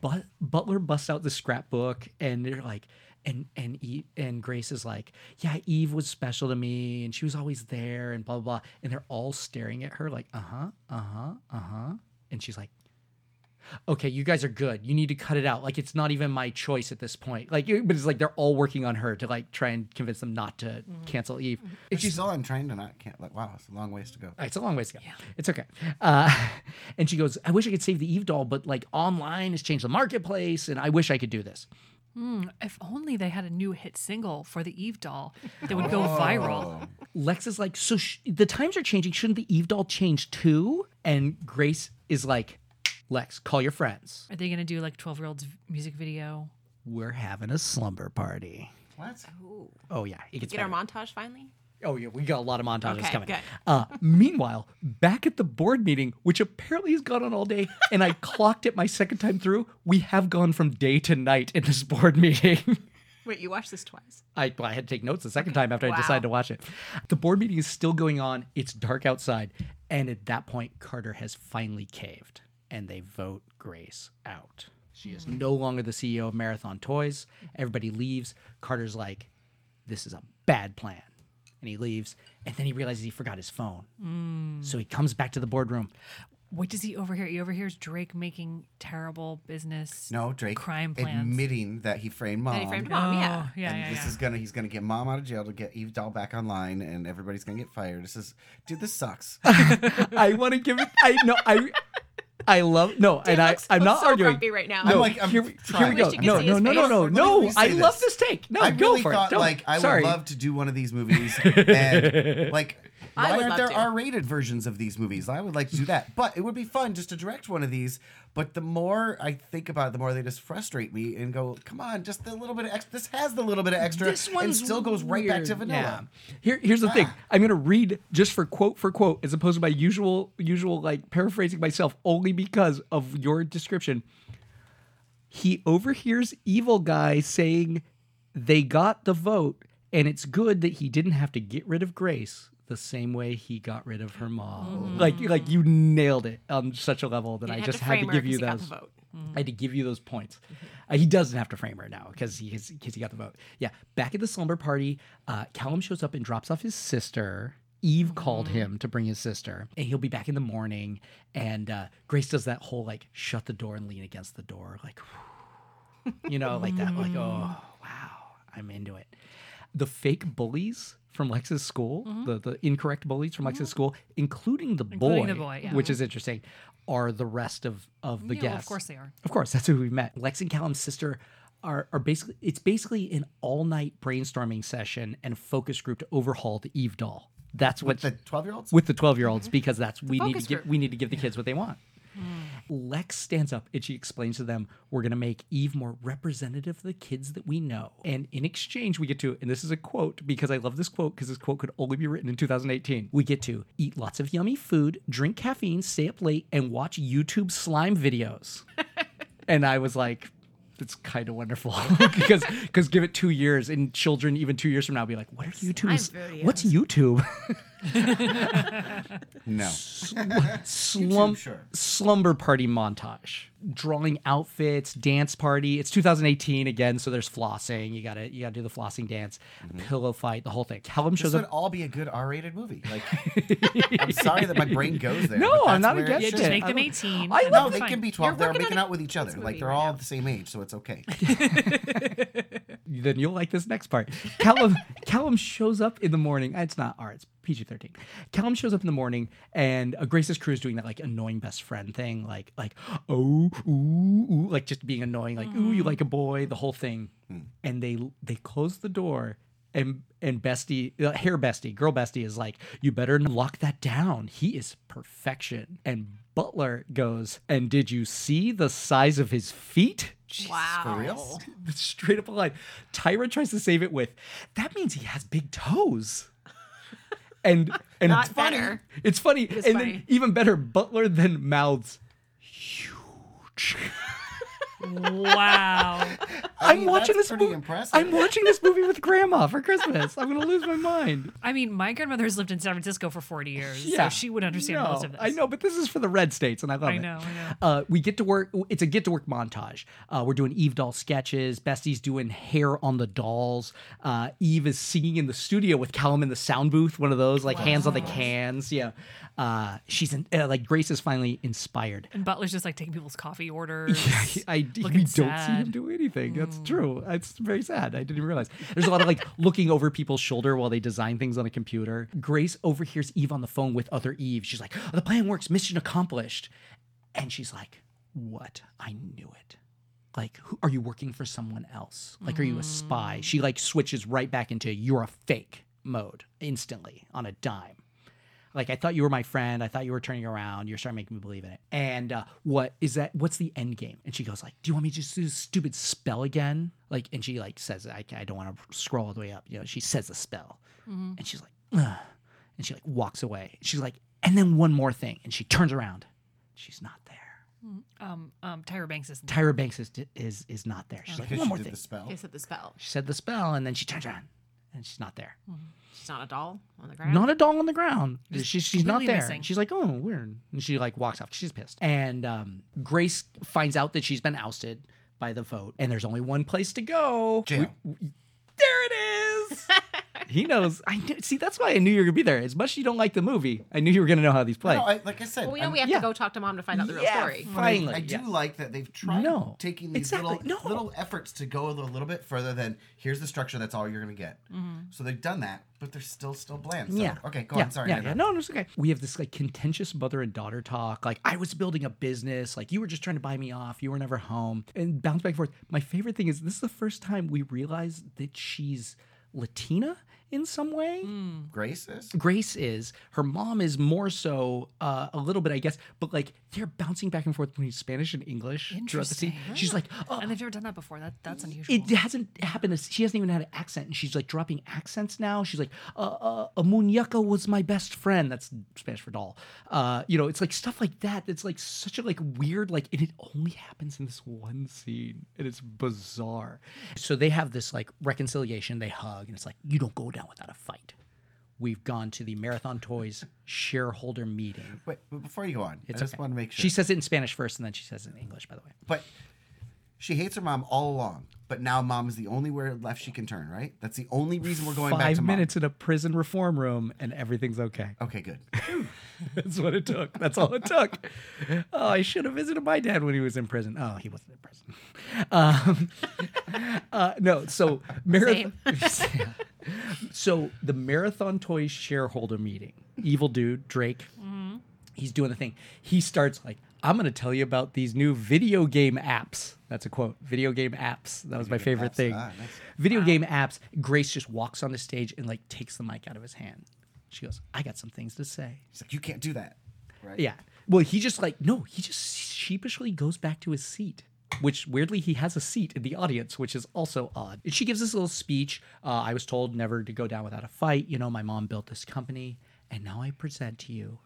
S2: but Butler busts out the scrapbook, and they're like, and and Eve, and Grace is like, yeah, Eve was special to me, and she was always there, and blah blah blah. And they're all staring at her like, uh huh, uh huh, uh huh. And she's like, okay, you guys are good. You need to cut it out. Like it's not even my choice at this point. Like, it- but it's like they're all working on her to like try and convince them not to
S11: Mm-hmm.
S2: cancel Eve.
S3: If she's Uh, still on train to not can't like wow, it's a long ways to go.
S2: It's a long ways to go. It's okay. Uh, [laughs] and she goes, I wish I could save the Eve doll, but like online has changed the marketplace, and I wish I could do this.
S1: If only they had a new hit single for the Eve doll that would go viral.
S2: Lex is like, so sh- the times are changing. Shouldn't the Eve doll change too? And Grace is like, Lex, call your friends.
S1: Are they going to do like 12 year old's music video?
S2: We're having a slumber party.
S3: What?
S2: Oh yeah, it gets
S11: Get
S2: better.
S11: our montage finally?
S2: Oh yeah, we got a lot of montages
S11: Okay,
S2: coming.
S11: good.
S2: Uh, meanwhile, back at the board meeting, which apparently has gone on all day, and I clocked it my second time through. We have gone from day to night in this board [laughs] meeting.
S11: Wait, you watched this twice.
S2: I, well, I had to take notes the second time after I decided to watch it. The board meeting is still going on. It's dark outside, and at that point, Carter has finally caved, and they vote Grace out. She is no longer the CEO of Marathon Toys. Everybody leaves. Carter's like, "This is a bad plan," and he leaves. And then he realizes he forgot his phone, so he comes back to the boardroom.
S1: What does he overhear? He overhears Drake making terrible business. Oh,
S3: No, Drake
S1: Crime plans.
S3: admitting that he framed mom.
S11: That he framed mom, yeah.
S1: Oh, yeah,
S3: and
S1: yeah,
S3: this
S1: yeah.
S3: is gonna he's gonna get mom out of jail to get Eve Doll back online and everybody's gonna get fired. This is dude, this sucks. [laughs]
S2: I want to give it. I no. I I love no, and I
S11: looks-
S2: I'm
S11: looks
S2: not
S11: so
S2: arguing.
S11: grumpy right now.
S2: No,
S3: I'm like, I'm
S2: here, we- here
S3: trying.
S2: we
S3: I
S2: go.
S3: wish you could
S2: No,
S11: see
S2: no,
S11: his
S2: no, no,
S11: face.
S2: no,
S11: Let
S2: no.
S3: me say
S2: I love
S3: this.
S2: this take. No,
S3: I
S2: go
S3: really
S2: for
S3: thought
S2: it. Don't-
S3: like I
S2: sorry.
S3: would love to do one of these
S2: [laughs]
S3: movies and like
S11: I
S3: why
S11: would
S3: aren't
S11: love
S3: there
S11: to.
S3: R-rated versions of these movies? I would like to do that, but it would be fun just to direct one of these. But the more I think about it, the more they just frustrate me and go, "Come on, just a little bit of extra." This has the little bit of extra,
S2: This
S3: and
S2: one's
S3: still goes right back to
S2: weird.
S3: vanilla. Ah.
S2: Yeah. Here, here's the thing. I'm gonna read just for quote for quote, as opposed to my usual usual like paraphrasing myself, only because of your description. He overhears evil guy saying they got the vote, and it's good that he didn't have to get rid of Grace the same way he got rid of her
S11: Mm-hmm.
S2: mom. Like like you nailed it on such a level that I
S11: Didn't have
S2: just had to
S11: frame her
S2: give you
S11: 'cause he got the
S2: those.
S11: vote. Mm-hmm.
S2: I had to give you those points. Uh, he doesn't have to frame her now because he because he got the vote. Yeah, back at the slumber party, uh, Callum shows up and drops off his sister. Eve called
S11: Mm-hmm.
S2: him to bring his sister, and he'll be back in the morning. And uh, Grace does that whole like shut the door and lean against the door, like you know, like that, like oh
S1: Mm.
S2: wow, I'm into it. The fake bullies from Lex's school,
S1: Mm-hmm.
S2: the the incorrect bullies from Lex's school, including the boy,
S1: Including the boy, yeah.
S2: which is interesting, are the rest of of the
S1: Yeah, well,
S2: guests.
S1: of course they are.
S2: Of course, that's who we met. Lex and Callum's sister are, are basically it's basically an all night brainstorming session and focus group to overhaul the Eve doll. That's what
S3: The twelve-year-olds.
S2: with the twelve year olds because that's we need to
S11: focus
S2: give
S11: group.
S2: we need to give the kids what they want. Lex stands up and she explains to them, We're going to make Eve more representative of the kids that we know. And in exchange, we get to, and this is a quote because I love this quote because this quote could only be written in 2018. We get to eat lots of yummy food, drink caffeine, stay up late, and watch YouTube slime videos. and I was like, it's kind of wonderful [laughs] because because give it two years and children even two years from now be like, what are YouTube's?
S4: videos.
S2: What's YouTube?
S3: No.
S2: Slum-
S3: YouTube, sure.
S2: slumber party montage drawing outfits dance party it's 2018 again so there's flossing you gotta you gotta do the flossing dance
S3: Mm-hmm.
S2: pillow fight the whole thing callum
S3: This
S2: shows
S3: would
S2: up
S3: all be a good R-rated movie.
S2: [laughs]
S3: Like, I'm sorry that my brain goes there.
S2: No,
S3: but
S2: I'm
S3: that's
S2: not
S3: where
S2: against
S3: should
S2: it.
S1: Just make
S2: I
S1: them
S2: don't-
S1: 18.
S2: I
S1: and
S2: love-
S3: No,
S1: that's
S3: they
S1: fine.
S3: can be [laughs] 12. They're
S11: working on
S3: making
S11: a
S3: out with each other.
S11: kids'
S3: Like,
S11: movie
S3: they're
S11: right
S3: all
S11: now.
S3: the same age, so it's okay.
S2: then you'll like this next part callum callum shows up in the morning it's not r it's pg-13 callum shows up in the morning and uh, grace's crew is doing that like annoying best friend thing like like oh ooh, ooh like just being annoying like ooh you like a boy the whole thing and they they close the door and and bestie uh, hair bestie girl bestie is like you better lock that down he is perfection and butler goes and did you see the size of his feet
S11: Wow.
S3: For real?
S2: [laughs] straight up a lie. Tyra tries to save it with, that means he has big toes.
S11: [laughs]
S2: And and
S11: Not
S2: it's funny.
S11: better.
S2: It's funny.
S11: is
S2: and
S11: funny.
S2: then even better, Butler then mouths huge.
S1: [laughs] Wow.
S3: I
S2: I'm
S3: mean,
S2: watching
S3: that's
S2: this
S3: pretty
S2: movie.
S3: impressive.
S2: I'm watching this movie with grandma for Christmas. I'm gonna lose my mind.
S1: I mean, my grandmother has lived in San Francisco for 40 years, so she would understand
S2: No,
S1: most of this.
S2: I know, but this is for the red states, and I love
S1: I
S2: it.
S1: know, I know.
S2: Uh, we get to work. It's a get to work montage. Uh, we're doing Eve doll sketches. Bestie's doing hair on the dolls. Uh, Eve is singing in the studio with Callum in the sound booth. One of those like hands on the cans. Yeah. Uh, she's in, uh, like Grace is finally inspired.
S1: And Butler's just like taking people's coffee orders.
S2: [laughs] I we
S1: looking
S2: don't see him
S1: sad.
S2: do anything. That's true. It's very sad. I didn't realize. There's a lot of like [laughs] looking over people's shoulder while they design things on a computer. Grace overhears Eve on the phone with other Eve. She's like, "The plan works. Mission accomplished." And she's like, "What? I knew it." Like, who, are you working for someone else? Like, are you a spy? She like switches right back into you're a fake mode instantly on a dime like i thought you were my friend i thought you were turning around you're starting to make me believe in it and uh, what is that what's the end game and she goes like do you want me to just do this stupid spell again like and she like says i, I don't want to scroll all the way up you know she says the spell and she's like Ugh. and she like walks away she's like and then one more thing and she turns around she's not there
S1: Um, um, Tyra Banks is
S2: tyra banks is is is not there she's like
S3: Because
S2: one
S3: [laughs] she
S2: more
S3: did
S2: thing
S3: the spell.
S11: They said the spell.
S2: she said the spell and then she turns around and she's not there
S11: She's not a doll on the ground.
S2: Not a doll on the ground. She, she's not
S1: completely
S2: there.
S1: missing.
S2: She's like, oh, weird. And she like walks off. She's pissed. And um, Grace finds out that she's been ousted by the vote, and there's only one place to go.
S3: Jail.
S2: There it is. he knows. I knew, see. That's why I knew you were gonna be there. As much as you don't like the movie, I knew you were gonna know how these play.
S3: No, I, like I said,
S11: Well, we know
S3: I'm-
S11: we have
S2: yeah.
S11: to go talk to mom to find out the real
S2: Yeah,
S11: story.
S2: Finally,
S3: I do
S2: yeah.
S3: like that they've tried
S2: No,
S3: taking these
S2: exactly,
S3: little
S2: no.
S3: little efforts to go a little, little bit further than here's the structure. That's all you're gonna get.
S2: Mm-hmm.
S3: So they've done that, but they're still still bland. So,
S2: Yeah.
S3: Okay, go
S2: yeah.
S3: on. Sorry.
S2: Yeah,
S3: Nana.
S2: yeah. No, no, it's okay. We have this like contentious mother and daughter talk. Like I was building a business. Like you were just trying to buy me off. You were never home. And bounce back and forth. My favorite thing is this is the first time we realize that she's Latina in some way.
S3: Hmm. Graces.
S2: Grace is her mom is more so uh, a little bit, I guess, but like they're bouncing back and forth between Spanish and English throughout the scene.
S1: Interesting.
S2: She's like, oh,
S1: And they've never done that before. That that's unusual.
S2: it hasn't happened. to- She hasn't even had an accent, and she's like dropping accents now. She's like, uh, uh, "A muñeca was my best friend." That's Spanish for doll. Uh, you know, it's like stuff like that. That's like such a like weird like, and it only happens in this one scene, and it's bizarre. So they have this like reconciliation. They hug, and it's like you don't go down without a fight. We've gone to the Marathon Toys shareholder meeting.
S3: Wait, but before you go on,
S2: It's
S3: I just
S2: okay.
S3: want to make sure.
S2: She says it in Spanish first, and then she says it in English. By the way,
S3: but she hates her mom all along. But now mom is the only where left she can turn. Right. That's the only reason we're going back
S2: five
S3: to
S2: minutes in a prison reform room, and everything's okay.
S3: mom. Okay, good.
S2: [laughs] That's what it took. That's all it took. Oh, I should have visited my dad when he was in prison. Oh, he wasn't in prison. Um, [laughs] uh, no, so marathon. [laughs] so the Marathon Toys shareholder meeting. Evil dude Drake. He's doing the thing. He starts like, "I'm going to tell you about these new video game apps." That's a quote. Video game apps. That was my favorite
S3: apps.
S2: thing.
S3: Ah, nice.
S2: Video game apps. Grace just walks on the stage and like takes the mic out of his hand. She goes, "I got some things to say."
S3: She's like, you can't do that. Right.
S2: Yeah. Well, he just like no, he just sh- sheepishly goes back to his seat. Which weirdly, he has a seat in the audience, which is also odd. She gives this little speech. Uh, I was told never to go down without a fight. You know, my mom built this company, and now I present to you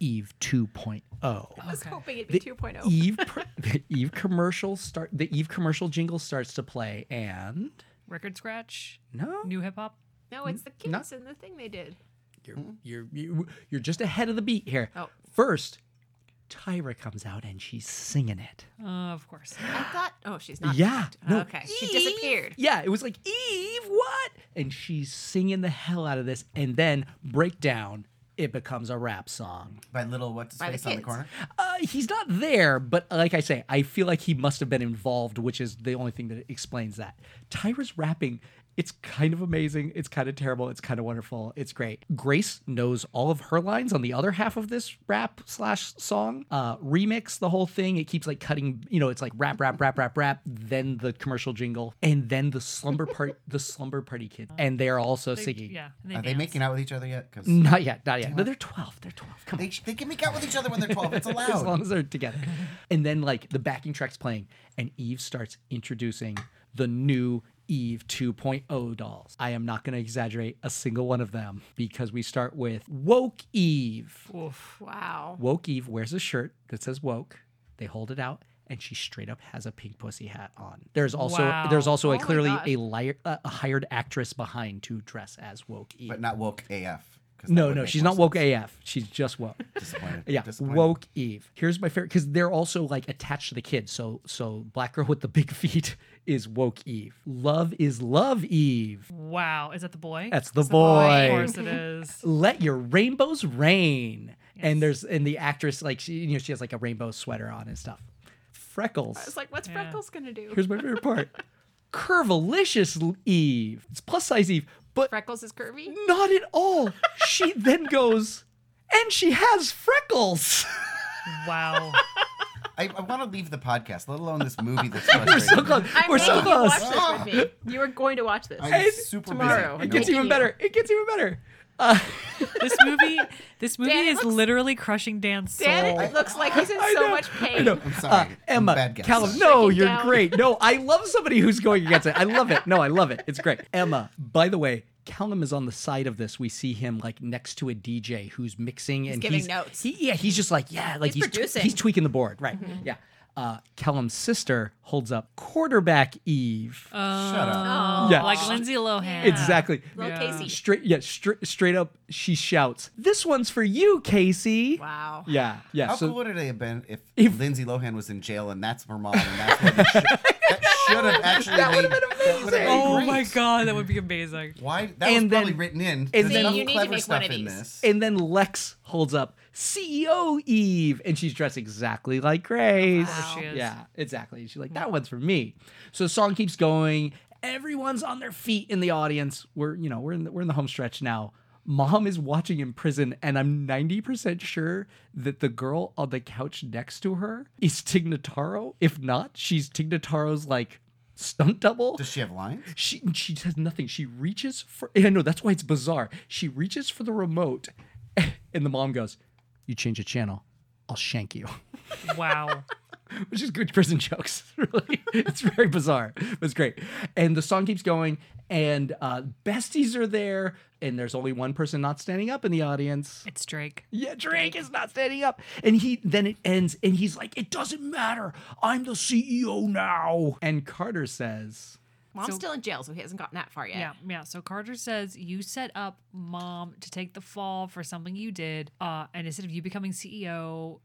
S2: Eve 2.0.
S11: I was hoping it'd be oh.
S2: The e
S11: 2.0.
S2: Eve, per- the Eve commercial start. The Eve commercial jingle starts to play, and
S1: Record scratch.
S2: no,
S1: New hip hop.
S11: No, it's the kids
S2: no.
S11: and the thing they did.
S2: you're you're you- you're just ahead of the beat here.
S11: Oh.
S2: First, Tyra comes out and she's singing it.
S1: Uh, of course.
S11: I thought, oh, she's not.
S2: Yeah,
S11: back.
S2: no,
S11: okay, she disappeared.
S2: Yeah, it was like Eve, what? And she's singing the hell out of this, and then breakdown. It becomes a rap song.
S3: By little what's his
S11: By the
S3: face on the
S11: kids.
S3: corner?
S2: Uh, he's not there, but uh, like I say, I feel like he must have been involved, which is the only thing that explains that. Tyra's rapping. It's kind of amazing. It's kind of terrible. It's kind of wonderful. It's great. Grace knows all of her lines on the other half of this rap slash song. Uh, remix the whole thing. It keeps like cutting. You know, it's like rap, rap, rap, rap, rap. Then the commercial jingle, and then the slumber part, the slumber party kid, and they are also singing.
S1: Yeah.
S3: Are they
S1: dance.
S3: making out with each other yet? Because
S2: Not yet, not yet. But they're twelve. They're twelve. Come on.
S3: they, they can make out with each other when they're 12. It's
S2: [laughs]
S3: allowed.
S2: as long as they're
S11: [laughs]
S2: together. And then like the backing track's playing, and Eve starts introducing the new Eve 2.0 dolls. I am not going to exaggerate a single one of them because we start with Woke Eve.
S11: Wow.
S2: Woke Eve wears a shirt that says woke. They hold it out and she straight up has a pink pussy hat on. There's also
S1: Wow.
S2: there's also
S11: Oh
S2: a
S11: my
S2: clearly
S11: gosh.
S2: a, liar, a a hired actress behind to dress as Woke Eve.
S3: but not woke AF. 'cause that
S2: no,
S3: would
S2: no,
S3: make
S2: she's
S3: more
S2: not woke
S3: sense.
S2: AF. She's just woke.
S3: Disappointed.
S2: Yeah,
S3: Disappointed.
S2: woke Eve. Here's my favorite because they're also like attached to the kids. So so black girl with the big [laughs] feet is woke Eve. Love is love Eve.
S1: Wow. Is that the boy?
S2: That's the
S1: Of
S2: boy.
S1: course it is.
S2: Let your rainbows rain. And there's and the actress like she you know she has like a rainbow sweater on and stuff. Freckles.
S11: [laughs] I was like, what's Freckles gonna do?
S2: Here's my favorite part. Curvilicious Eve. It's plus size Eve, but
S11: Freckles is curvy.
S2: not at all. she then goes, and she has freckles. [laughs]
S1: Wow.
S3: I, I want to leave the podcast, let alone this
S2: [laughs]
S3: movie that's frustrating.
S2: so close.
S11: I'm
S2: We're
S11: making
S2: so
S11: you watch
S2: close.
S11: this
S2: [laughs]
S11: with me. You are going to watch this.
S3: I'm
S2: And
S3: super
S11: tomorrow.
S3: busy.
S2: It
S11: No.
S2: gets even better. It gets even better. Uh,
S1: this movie. This movie
S11: Dan, it
S1: is
S11: looks-
S1: literally crushing Dan's soul.
S11: Dan, it looks like he's in so much pain.
S2: I know.
S3: I'm sorry. I'm a
S2: Uh, Emma,
S3: bad guy.
S2: Callum,
S3: Sorry.
S2: no,
S11: Shaking
S2: you're
S11: down.
S2: great. No,
S11: [laughs]
S2: I love somebody who's going against it. I love it. No, I love it. It's great. Emma, by the way, Callum is on the side of this. We see him like next to a DJ who's mixing and
S11: giving
S2: he's,
S11: notes.
S2: He, yeah, he's just like yeah, like
S11: He's
S2: he's tw-
S11: producing. Mm-hmm.
S2: he's tweaking the board, right? Yeah. Uh, Callum's sister holds up quarterback Eve.
S3: Shut up.
S2: yeah,
S1: Like Lindsay Lohan.
S2: exactly.
S11: Little Casey.
S2: Straight, yeah, stra- straight up, she shouts, "This one's for you, Casey."
S11: Wow.
S2: Yeah, yeah.
S3: How
S2: so
S3: cool would it have been if,
S2: If-
S3: Lindsay Lohan was in jail and that's her mom and that's what it
S2: [laughs]
S3: should, that should have actually that made, that would have been
S1: Oh my
S3: great.
S1: god, that would be amazing.
S3: Why that
S2: And
S3: was probably
S2: then-
S3: written in.
S2: and
S3: There's
S2: then-
S3: enough
S11: You need to
S3: clever
S11: make
S3: stuff
S11: one of
S3: in
S11: these.
S3: this.
S2: And then Lex holds up CEO Eve, and she's dressed exactly like Grace.
S1: Wow. she is.
S2: Yeah, exactly. She's like, that one's for me. So the song keeps going. Everyone's on their feet in the audience. We're, you know, we're in the, we're in the home stretch now. Mom is watching in prison, and I'm 90% sure that the girl on the couch next to her is Tignataro. If not, she's Tignataro's like stunt double
S3: Does she have lines?
S2: she she says nothing. She reaches for. I know that's why it's bizarre. She reaches for the remote, [laughs] and the mom goes, "You change the channel, I'll shank you." [laughs]
S1: Wow.
S2: Which is good prison [laughs] jokes. Really, it's very bizarre. But it's great. And the song keeps going, and uh, besties are there, and there's only one person not standing up in the audience.
S1: It's Drake.
S2: Yeah, Drake is not standing up. And he then it ends and he's like, It doesn't matter. I'm the CEO now. And Carter says,
S11: Mom's still in jail, so he hasn't gotten that far yet.
S1: Yeah, yeah. So Carter says you set up mom to take the fall for something you did, uh, and instead of you becoming CEO,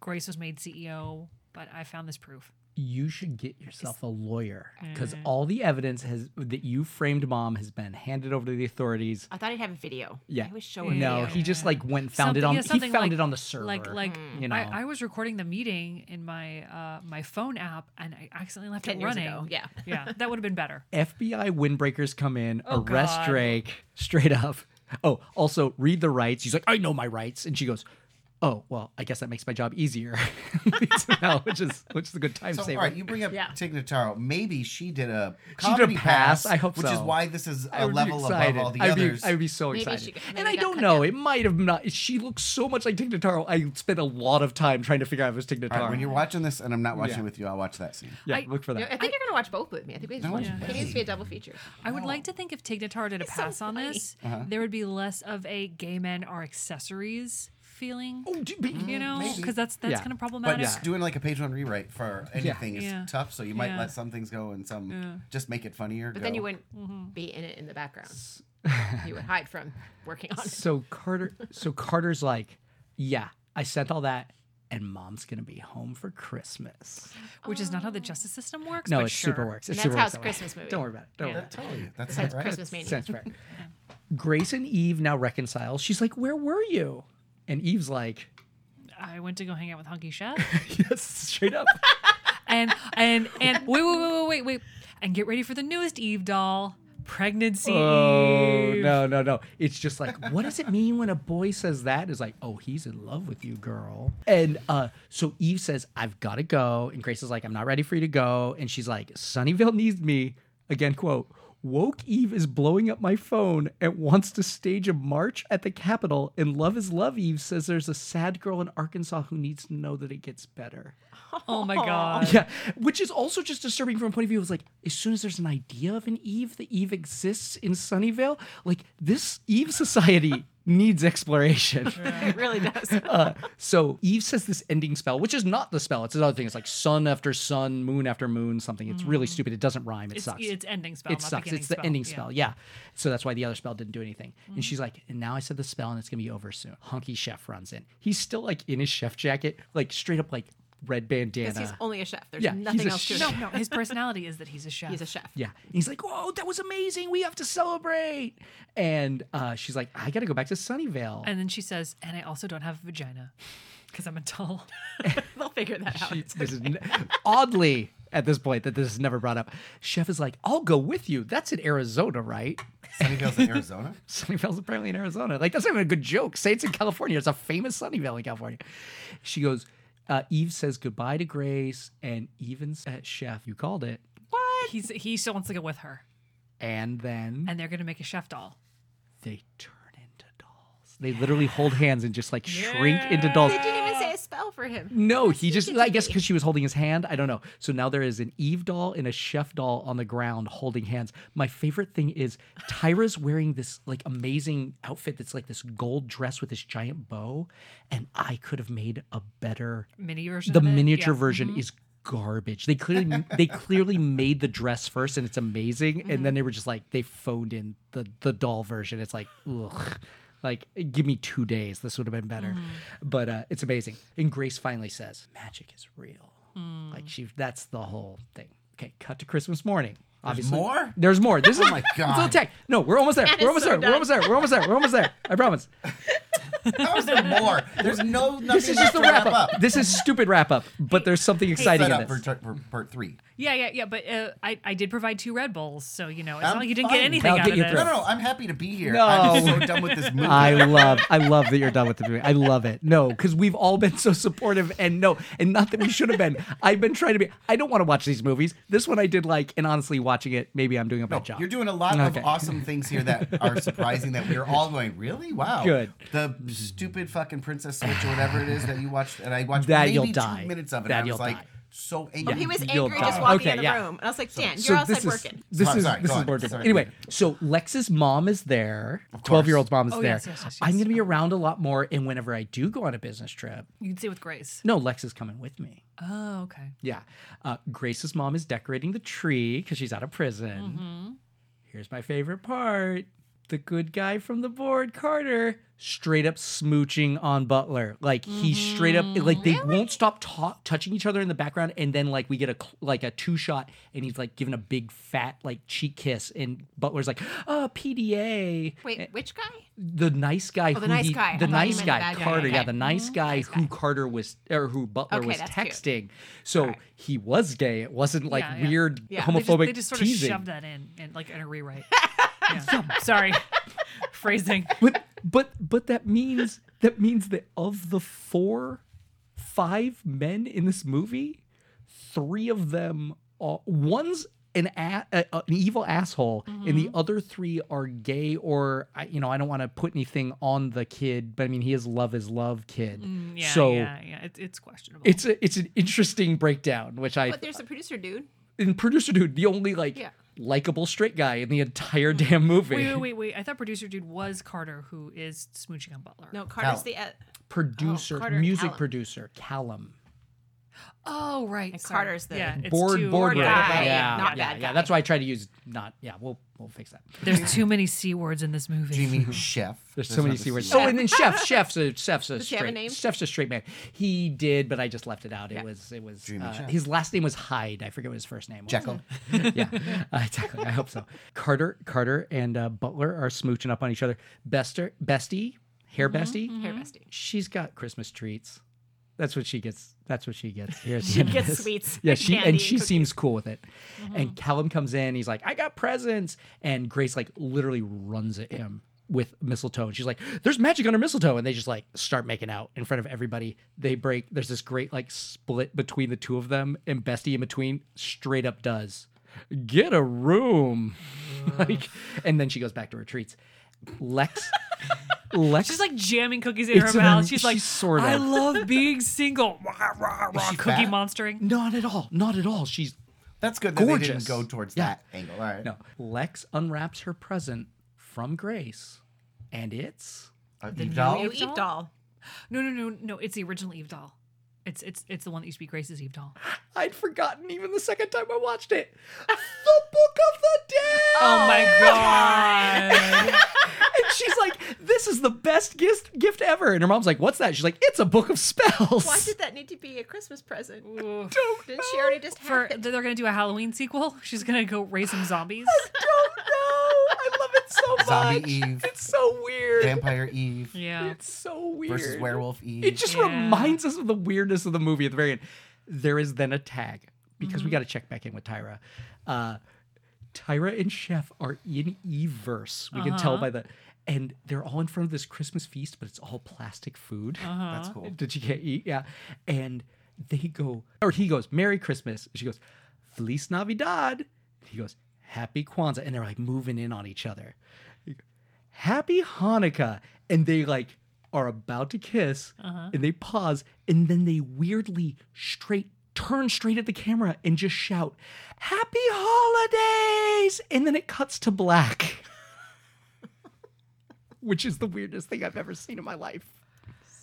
S1: Grace was made CEO. But I found this proof.
S2: you should get yourself a lawyer because
S1: Mm.
S2: all the evidence has that you framed mom has been handed over to the authorities.
S11: I thought he'd have a video.
S2: Yeah.
S11: He was showing
S2: No,
S11: video.
S2: he just like went and found it
S1: Something-
S2: on
S1: yeah,
S2: he
S1: something
S2: found
S1: like-
S2: it on the server.
S1: Like, like
S2: you know.
S1: I, I was recording the meeting in my uh, my phone app, and I accidentally left
S11: 10
S1: it
S11: years
S1: running.
S11: ago, yeah.
S1: [laughs] yeah, that would have been better.
S2: FBI windbreakers come in,
S1: Oh,
S2: arrest
S1: God.
S2: Drake straight up. Oh, also read the rights. He's like, I know my rights, and she goes, oh well, I guess that makes my job easier. [laughs] now, which is which is a good time
S3: So, all
S2: saver.
S3: right, you bring up Tignataro. Maybe she did a
S2: She did a
S3: comedy
S2: pass, I hope
S3: which is
S2: so.
S3: why this is
S2: I
S3: a
S2: would be
S3: level above
S2: excited.
S3: all the
S2: I'd be-
S3: others.
S2: I'd be so
S3: Maybe she
S2: excited.
S3: got-
S2: and I don't know. It might have not. She looks so much like Tignataro. I spent a lot of time trying to figure out if it was Tignataro.
S3: All right, when you're watching this, and I'm not watching
S2: Yeah.
S3: it with you, I'll watch that scene.
S2: yeah, look for
S11: I
S2: that.
S11: think you're gonna watch both with me. I think we just
S3: No
S11: watch.
S3: way.
S11: It needs to be a double feature.
S1: I would like to think if Tignatar did a pass on this,
S2: Uh-huh.
S1: there would be less of a gay men are accessories feeling.
S2: Oh,
S1: you know, because that's that's kind of problematic.
S3: But just doing like a page one rewrite for anything is
S1: Yeah.
S3: tough, so you might
S1: Yeah.
S3: let some things go and some
S1: Yeah.
S3: just make it funnier.
S11: But then
S3: go.
S11: you wouldn't
S4: Mm-hmm.
S11: be in it in the background. you would hide from working on it.
S2: [laughs] So Carter, so Carter's like, yeah, I sent all that, and Mom's gonna be home for Christmas.
S1: which is not how the
S11: Um,
S1: justice system works.
S2: No,
S1: but
S2: it
S1: sure.
S2: super works. It
S11: And that's
S2: super
S11: how
S2: works
S11: it's
S2: that way.
S11: Christmas movie.
S2: Don't worry about it. Don't
S11: Yeah.
S2: worry about it.
S3: Totally. That's
S11: That's
S3: not right.
S11: Christmas Mania.
S2: Sounds [laughs] right. Grace and Eve now reconcile. She's like, where were you? And Eve's like, [laughs]
S1: I went to go hang out with Hunky Chef,
S2: yes, straight up.
S1: and and
S2: [laughs]
S1: and wait, wait, wait, wait, wait, wait, and get ready for the newest Eve doll, pregnancy.
S2: Oh
S1: Eve.
S2: no, no, no. It's just like, what does it mean when a boy says that? It's like, oh, he's in love with you, girl. And uh, so Eve says, I've gotta go. And Grace is like, I'm not ready for you to go. And she's like, Sunnyvale needs me. Again, quote, Woke Eve is blowing up my phone and wants to stage a march at the Capitol. And Love is Love Eve says there's a sad girl in Arkansas who needs to know that it gets better.
S1: Oh my god.
S2: [laughs] Yeah, which is also just disturbing from a point of view. It's like as soon as there's an idea of an Eve, the Eve exists in Sunnyvale. Like this Eve society [laughs] needs exploration.
S11: It really does.
S2: Uh, [laughs] so Eve says this ending spell, which is not the spell. It's another thing. It's like sun after sun, moon after moon, something. It's really stupid. It doesn't rhyme.
S1: Mm-hmm.
S2: It
S1: It's,
S2: sucks.
S1: it's ending spell.
S2: It
S1: not
S2: sucks.
S1: beginning
S2: It's the
S1: spell.
S2: ending
S1: Yeah. Mm.
S2: spell. Yeah. So that's why the other spell didn't do anything. And she's like, and now I said the spell and it's going to be over soon. Honky Chef runs in. He's still like in his chef jacket, like straight up like red bandana.
S11: Because he's only a chef. There's
S2: Yeah, he's
S11: nothing
S2: a
S11: else to it.
S2: chef.
S1: No, no. His personality is that he's a chef.
S11: He's a chef.
S2: Yeah. And he's like, whoa, that was amazing. We have to celebrate. And uh, she's like, I got to go back to Sunnyvale.
S1: And then she says, and I also don't have a vagina because I'm a doll.
S11: They'll figure that out.
S2: She- this is n- oddly at this point that this is never brought up. Chef is like, I'll go with you. That's in Arizona, right? [laughs]
S3: Sunnyvale's in Arizona.
S2: Sunnyvale's apparently in Arizona. Like, that's not even a good joke. Say it's in California. It's a famous Sunnyvale in California. She goes, uh, Eve says goodbye to Grace. And even uh, Chef, you called it.
S1: He's he still wants to go with her,
S2: And then
S1: and they're gonna make a chef doll.
S2: they turn into dolls. They literally hold hands and just like shrink into dolls.
S11: They didn't even say a spell for him.
S2: No, he just, I guess because she was holding his hand. I don't know. So now there is an Eve doll and a chef doll on the ground holding hands. My favorite thing is Tyra's wearing this like amazing outfit that's like this gold dress with this giant bow. And I could have made a better,
S1: Mini version.
S2: the
S1: of it.
S2: miniature
S1: Yeah. Mm-hmm.
S2: version is garbage. They clearly they clearly made the dress first and it's amazing
S1: Mm-hmm.
S2: and then they were just like they phoned in the the doll version. It's like ugh. Like give me 2 days. This would have been better.
S1: Mm-hmm.
S2: But uh it's amazing. And Grace finally says, "Magic is real."
S1: Mm.
S2: Like she that's the whole thing. Okay, cut to Christmas morning. Obviously.
S3: more? Oh
S2: There's more. This is my
S3: God.
S2: It's tech. No, we're almost there. We're almost
S11: so
S2: there. We're
S11: dumb.
S2: almost there. We're almost there. We're almost there. I
S3: [laughs]
S2: promise.
S3: How is there more? There's no. Nothing
S2: This is just
S3: left
S2: the
S3: to
S2: wrap up. This is stupid wrap up, but there's something exciting
S3: Set
S2: in
S3: up
S2: this.
S3: for, tur- for part three.
S1: Yeah, yeah, yeah. But uh, I I did provide two Red Bulls, so you know it's
S3: I'm
S1: not like you didn't
S3: fine.
S1: get anything
S2: I'll
S1: out
S2: get
S1: of
S2: you
S1: this.
S2: through.
S3: No, no, no, I'm happy to be here.
S2: No.
S3: I'm so done with this
S2: [laughs]
S3: movie.
S2: I love, I love that you're done with the movie. I love it. No, because we've all been so supportive, and no, and not that we should have been. I've been trying to be. I don't want to watch these movies. This one I did like, and honestly, watching it, maybe I'm doing a bad job.
S3: Oh, You're doing a lot
S2: Okay.
S3: of awesome things
S2: [laughs]
S3: here that are surprising that we're all going, really? Wow.
S2: Good.
S3: The stupid fucking Princess Switch or whatever it is that you watched, and I watched
S2: That
S3: maybe
S2: you'll
S3: two
S2: die.
S3: minutes of it.
S2: That
S3: and I
S2: you'll
S3: was like,
S2: die.
S3: so
S11: Oh,
S3: angry.
S11: he was
S2: You'll
S11: angry
S2: die.
S11: just walking
S2: Okay,
S11: in the
S2: yeah.
S11: room. And I was like, Dan,
S2: So
S11: you're
S2: this
S11: outside
S2: is-
S11: working.
S2: This
S3: Sorry,
S2: is
S3: sorry,
S2: this
S3: go
S2: is
S3: on.
S2: more different.
S3: Sorry.
S2: Anyway, so Lex's mom is there.
S3: course.
S2: Twelve year old's mom is
S1: Oh,
S2: there.
S1: yes, yes, yes,
S2: I'm
S1: yes.
S2: gonna be around a lot more, and whenever I do go on a business trip,
S1: You'd say with Grace.
S2: no, Lex is coming with me.
S1: Oh, okay.
S2: Yeah. Uh, Grace's mom is decorating the tree because she's out of prison. Here's my favorite part the good guy from the board, Carter, straight up smooching on Butler. Like, he's straight up, like, they won't stop ta- touching each other in the background. And then, like, we get a, cl- like, a two shot and he's, like, given a big fat, like, cheek kiss. And Butler's like, oh, PDA.
S11: Wait, which guy?
S2: The nice guy.
S11: Oh, the
S2: who
S11: nice
S2: he-
S11: guy. I
S2: The
S11: thought you
S2: nice
S11: meant the
S2: guy,
S11: bad guy.
S2: Carter. Yeah,
S11: Okay. Mm-hmm.
S2: the nice guy who Carter was, or who Butler
S11: Okay,
S2: was
S11: that's cute.
S2: texting. So he was gay. It wasn't like
S1: Yeah, yeah.
S2: weird
S11: Yeah,
S1: They
S2: homophobic
S1: just, they just sort
S2: teasing.
S1: of shoved that in, and like in a rewrite. Yeah. Sorry. [laughs] phrasing.
S2: but but but that means that means that of the four five men in this movie three of them are one's an a, a- a- an evil asshole and
S1: Mm-hmm.
S2: the other three are gay or I, you know i don't want to put anything on the kid but i mean he is love is love kid
S1: Mm, yeah,
S2: so
S1: yeah, yeah. It's, it's questionable.
S2: it's a, it's an interesting breakdown which i
S4: But there's a producer dude.
S2: in producer dude the only like
S4: Yeah.
S2: likable straight guy in the entire damn movie
S1: Mm. Wait, wait, wait, wait. I thought producer dude was Carter, who is smooching on Butler.
S4: No, Carter's
S2: Callum.
S4: the uh, ed-
S11: Mm-hmm.
S2: producer
S4: Oh, Carter and
S2: music
S4: Callum.
S2: producer callum
S1: Oh, right.
S4: And
S1: sorry.
S4: Carter's the
S1: yeah, it's
S2: board
S1: too-
S2: board
S4: Board
S2: guy.
S4: guy,
S2: Yeah,
S4: not
S2: yeah,
S4: bad
S2: yeah.
S4: guy.
S2: That's why I try to use not. Yeah, we'll we'll fix that.
S1: There's too many c words in this movie.
S3: Jimmy Chef.
S2: [laughs] There's so many
S3: another
S2: c words.
S3: C
S2: Oh,
S3: word.
S2: and then chef, chef's a chef's a
S4: Does he have a
S2: straight
S4: name?
S2: chef's a straight man. He did, but I just left it out. It
S4: Yeah.
S2: was it was
S3: Jimmy
S2: uh,
S3: Chef.
S2: his last name was Hyde. I forget what his first name was.
S3: Jekyll.
S2: [laughs] yeah, uh, exactly. I hope so. Carter, Carter, and uh, Butler are smooching up on each other. Bester, bestie, hair
S4: Mm-hmm,
S2: bestie,
S4: hair bestie.
S2: she's got Christmas treats. That's what she gets. That's what she
S4: [laughs]
S2: gets. Here at the end of
S4: gets
S2: this.
S4: sweets
S2: Yeah,
S4: and
S2: she
S4: candy
S2: and
S4: and Mm-hmm.
S2: she seems cool with it. And Callum comes in. He's like, "I got presents," and Grace like literally runs at him with mistletoe. And she's like, "There's magic under mistletoe," and they just like start making out in front of everybody. They break. There's this great like split between the two of them, and Bestie in between straight up does get a room, [laughs] like, and then she goes back to her treats.
S4: [laughs]
S2: Lex, Lex,
S1: She's like jamming cookies in
S2: It's
S1: her
S2: an-
S1: mouth. She's like,
S2: she's sort
S1: I
S2: of-
S1: love being
S2: [laughs]
S1: single. Rah, rah, rah,
S3: she
S1: cookie
S3: fat?
S1: monstering.
S2: Not at all. Not at all. She's
S3: That's good that they
S2: Gorgeous.
S3: didn't go towards
S2: Yeah.
S3: that angle. All right.
S2: no. Lex unwraps her present from Grace, and it's
S3: A
S1: The
S3: Eve doll?
S1: new
S4: You
S1: Eve
S4: Eve
S1: doll?
S4: doll.
S1: No, no, no, no. It's the original Eve doll. It's it's it's the one that used to be Grace's Eve doll.
S2: I'd forgotten even the second time I watched it. the book of the day.
S1: Oh my god.
S2: And she's like, "This is the best gift gift ever." And her mom's like, "What's that?" She's like, "It's a book of spells."
S4: Why
S2: [laughs]
S4: did that need to be a Christmas present?
S1: Oof.
S4: Didn't she already just have
S1: For
S4: it?
S1: they're gonna do a Halloween sequel. [laughs] She's gonna go raise some zombies.
S2: don't know. I love it so much.
S3: Zombie Eve.
S2: It's so weird.
S3: Vampire
S4: [laughs]
S3: Eve
S1: yeah.
S2: It's so weird.
S3: versus Werewolf Eve.
S2: It just
S1: Yeah.
S2: reminds us of the weirdness of the movie at the very end. There is then a tag because we got to check back in with Tyra. Uh, Tyra and Chef are in Everse. We can tell by the, and they're all in front of this Christmas feast, but it's all plastic food. [laughs]
S3: That's cool.
S2: Did she get eat? Yeah, and they go, or he goes, "Merry Christmas." She goes, "Feliz Navidad." He goes, "Happy Kwanzaa," and they're like moving in on each other. Happy Hanukkah. And they like are about to kiss
S3: Uh-huh.
S2: and they pause and then they weirdly straight turn straight at the camera and just shout, Happy Holidays! And then it cuts to black, [laughs] which is the weirdest thing I've ever seen in my life.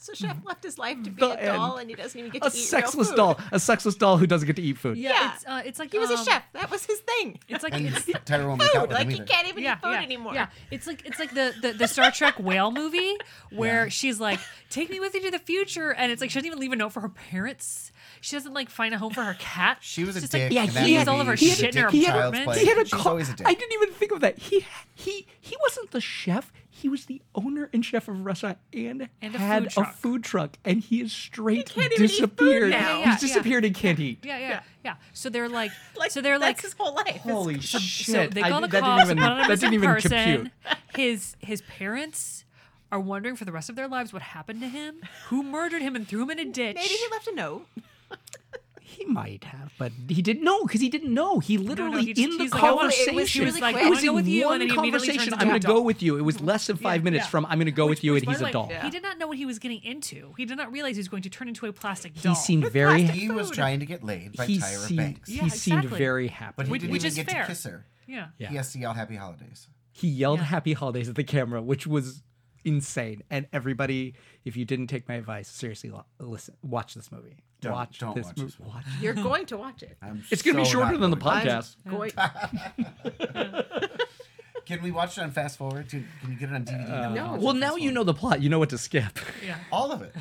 S4: So Chef left his life to be
S2: Mm-hmm. The
S4: a doll,
S2: end.
S4: and he doesn't even get to
S2: A
S4: eat real
S2: sexless
S4: food.
S2: doll, a sexless doll who doesn't get to eat food.
S1: Yeah,
S4: Yeah.
S1: It's, uh, it's like
S4: He was
S1: um,
S4: a chef. That was his thing.
S1: It's like
S3: And [laughs]
S1: it's
S3: Tyra won't make out
S4: Food.
S3: with
S4: Like
S3: him
S4: he
S3: either.
S4: can't even
S1: yeah,
S4: eat food
S1: yeah,
S4: anymore.
S11: [laughs]
S1: Yeah, it's like it's like the the, the Star Trek whale movie where she's like, "Take me with you to the future," and it's like she doesn't even leave a note for her parents. She doesn't like find a home for her cat.
S3: She was a
S1: It's just
S3: dick.
S1: Like,
S2: Yeah,
S3: in that
S2: he
S1: leaves
S2: had-
S1: all of her
S3: movie. She's
S2: had-
S1: shit in her
S3: a dick
S2: he had-
S3: child's
S1: apartment.
S3: play.
S2: He had a
S3: She's
S2: car.
S3: always a dick.
S2: I didn't even think of that. He he he wasn't the chef. He was the owner and chef of a restaurant and,
S1: And a
S2: had
S1: food
S2: a
S1: truck.
S2: food truck. And he is straight
S4: can't even eat food
S2: disappeared.
S4: now.
S1: Yeah, yeah,
S2: He's disappeared and can't eat.
S1: Yeah, yeah, yeah, So they're like,
S4: Like,
S1: so they're
S4: that's
S1: like,
S4: his whole life. It's-
S2: Holy shit!
S1: so they
S2: I
S1: call the
S2: did- that
S1: cops.
S2: didn't
S1: one of them
S2: even, that
S1: is a
S2: didn't even compute.
S1: person. [laughs] His his parents are wondering for the rest of their lives what happened to him, who murdered him and threw him in a ditch.
S4: Maybe he left a note.
S2: He might have, but he didn't know because he didn't know. He literally
S1: he just-
S2: in the
S1: he's like, I wanna-
S2: conversation.
S1: it was- she was like,
S2: it
S1: "I
S2: was
S1: wanna go
S2: in
S1: with you,"
S2: one
S1: and then he immediately
S2: conversation.
S1: turns into
S2: I'm going
S1: a
S2: to
S1: doll.
S2: go with you. It was less than five minutes
S1: yeah.
S2: from I'm going to go with [laughs] you, and
S1: Which,
S2: he's a
S1: like,
S2: doll.
S1: He did not know what he was getting into. He did not realize he was going to turn into a plastic doll.
S2: He seemed very.
S3: he was trying to get laid by
S2: he
S3: Tyra
S2: seemed,
S3: Banks.
S2: He
S1: Yeah,
S2: seemed
S1: exactly.
S2: very happy.
S3: But he
S1: Which-
S3: didn't
S1: which
S3: even
S1: is
S3: get
S1: fair.
S3: to kiss her.
S1: yeah.
S2: Yeah.
S3: He has to yell happy holidays.
S2: He yelled
S1: Yeah.
S2: happy holidays at the camera, which was insane. And everybody, if you didn't take my advice, seriously, lo- listen, watch this movie.
S3: Don't-
S2: watch
S3: don't
S2: this
S3: watch
S2: movie.
S3: this movie.
S2: Watch. [laughs]
S11: You're going to watch it.
S3: I'm
S2: It's going to be
S3: so
S2: shorter
S3: not
S2: than the
S3: going to.
S2: podcast.
S11: Going.
S3: Can we watch it on fast forward? Can can you get it on DVD?
S11: No.
S2: Well, now you know the plot. You know what to skip. [laughs]
S3: all of it.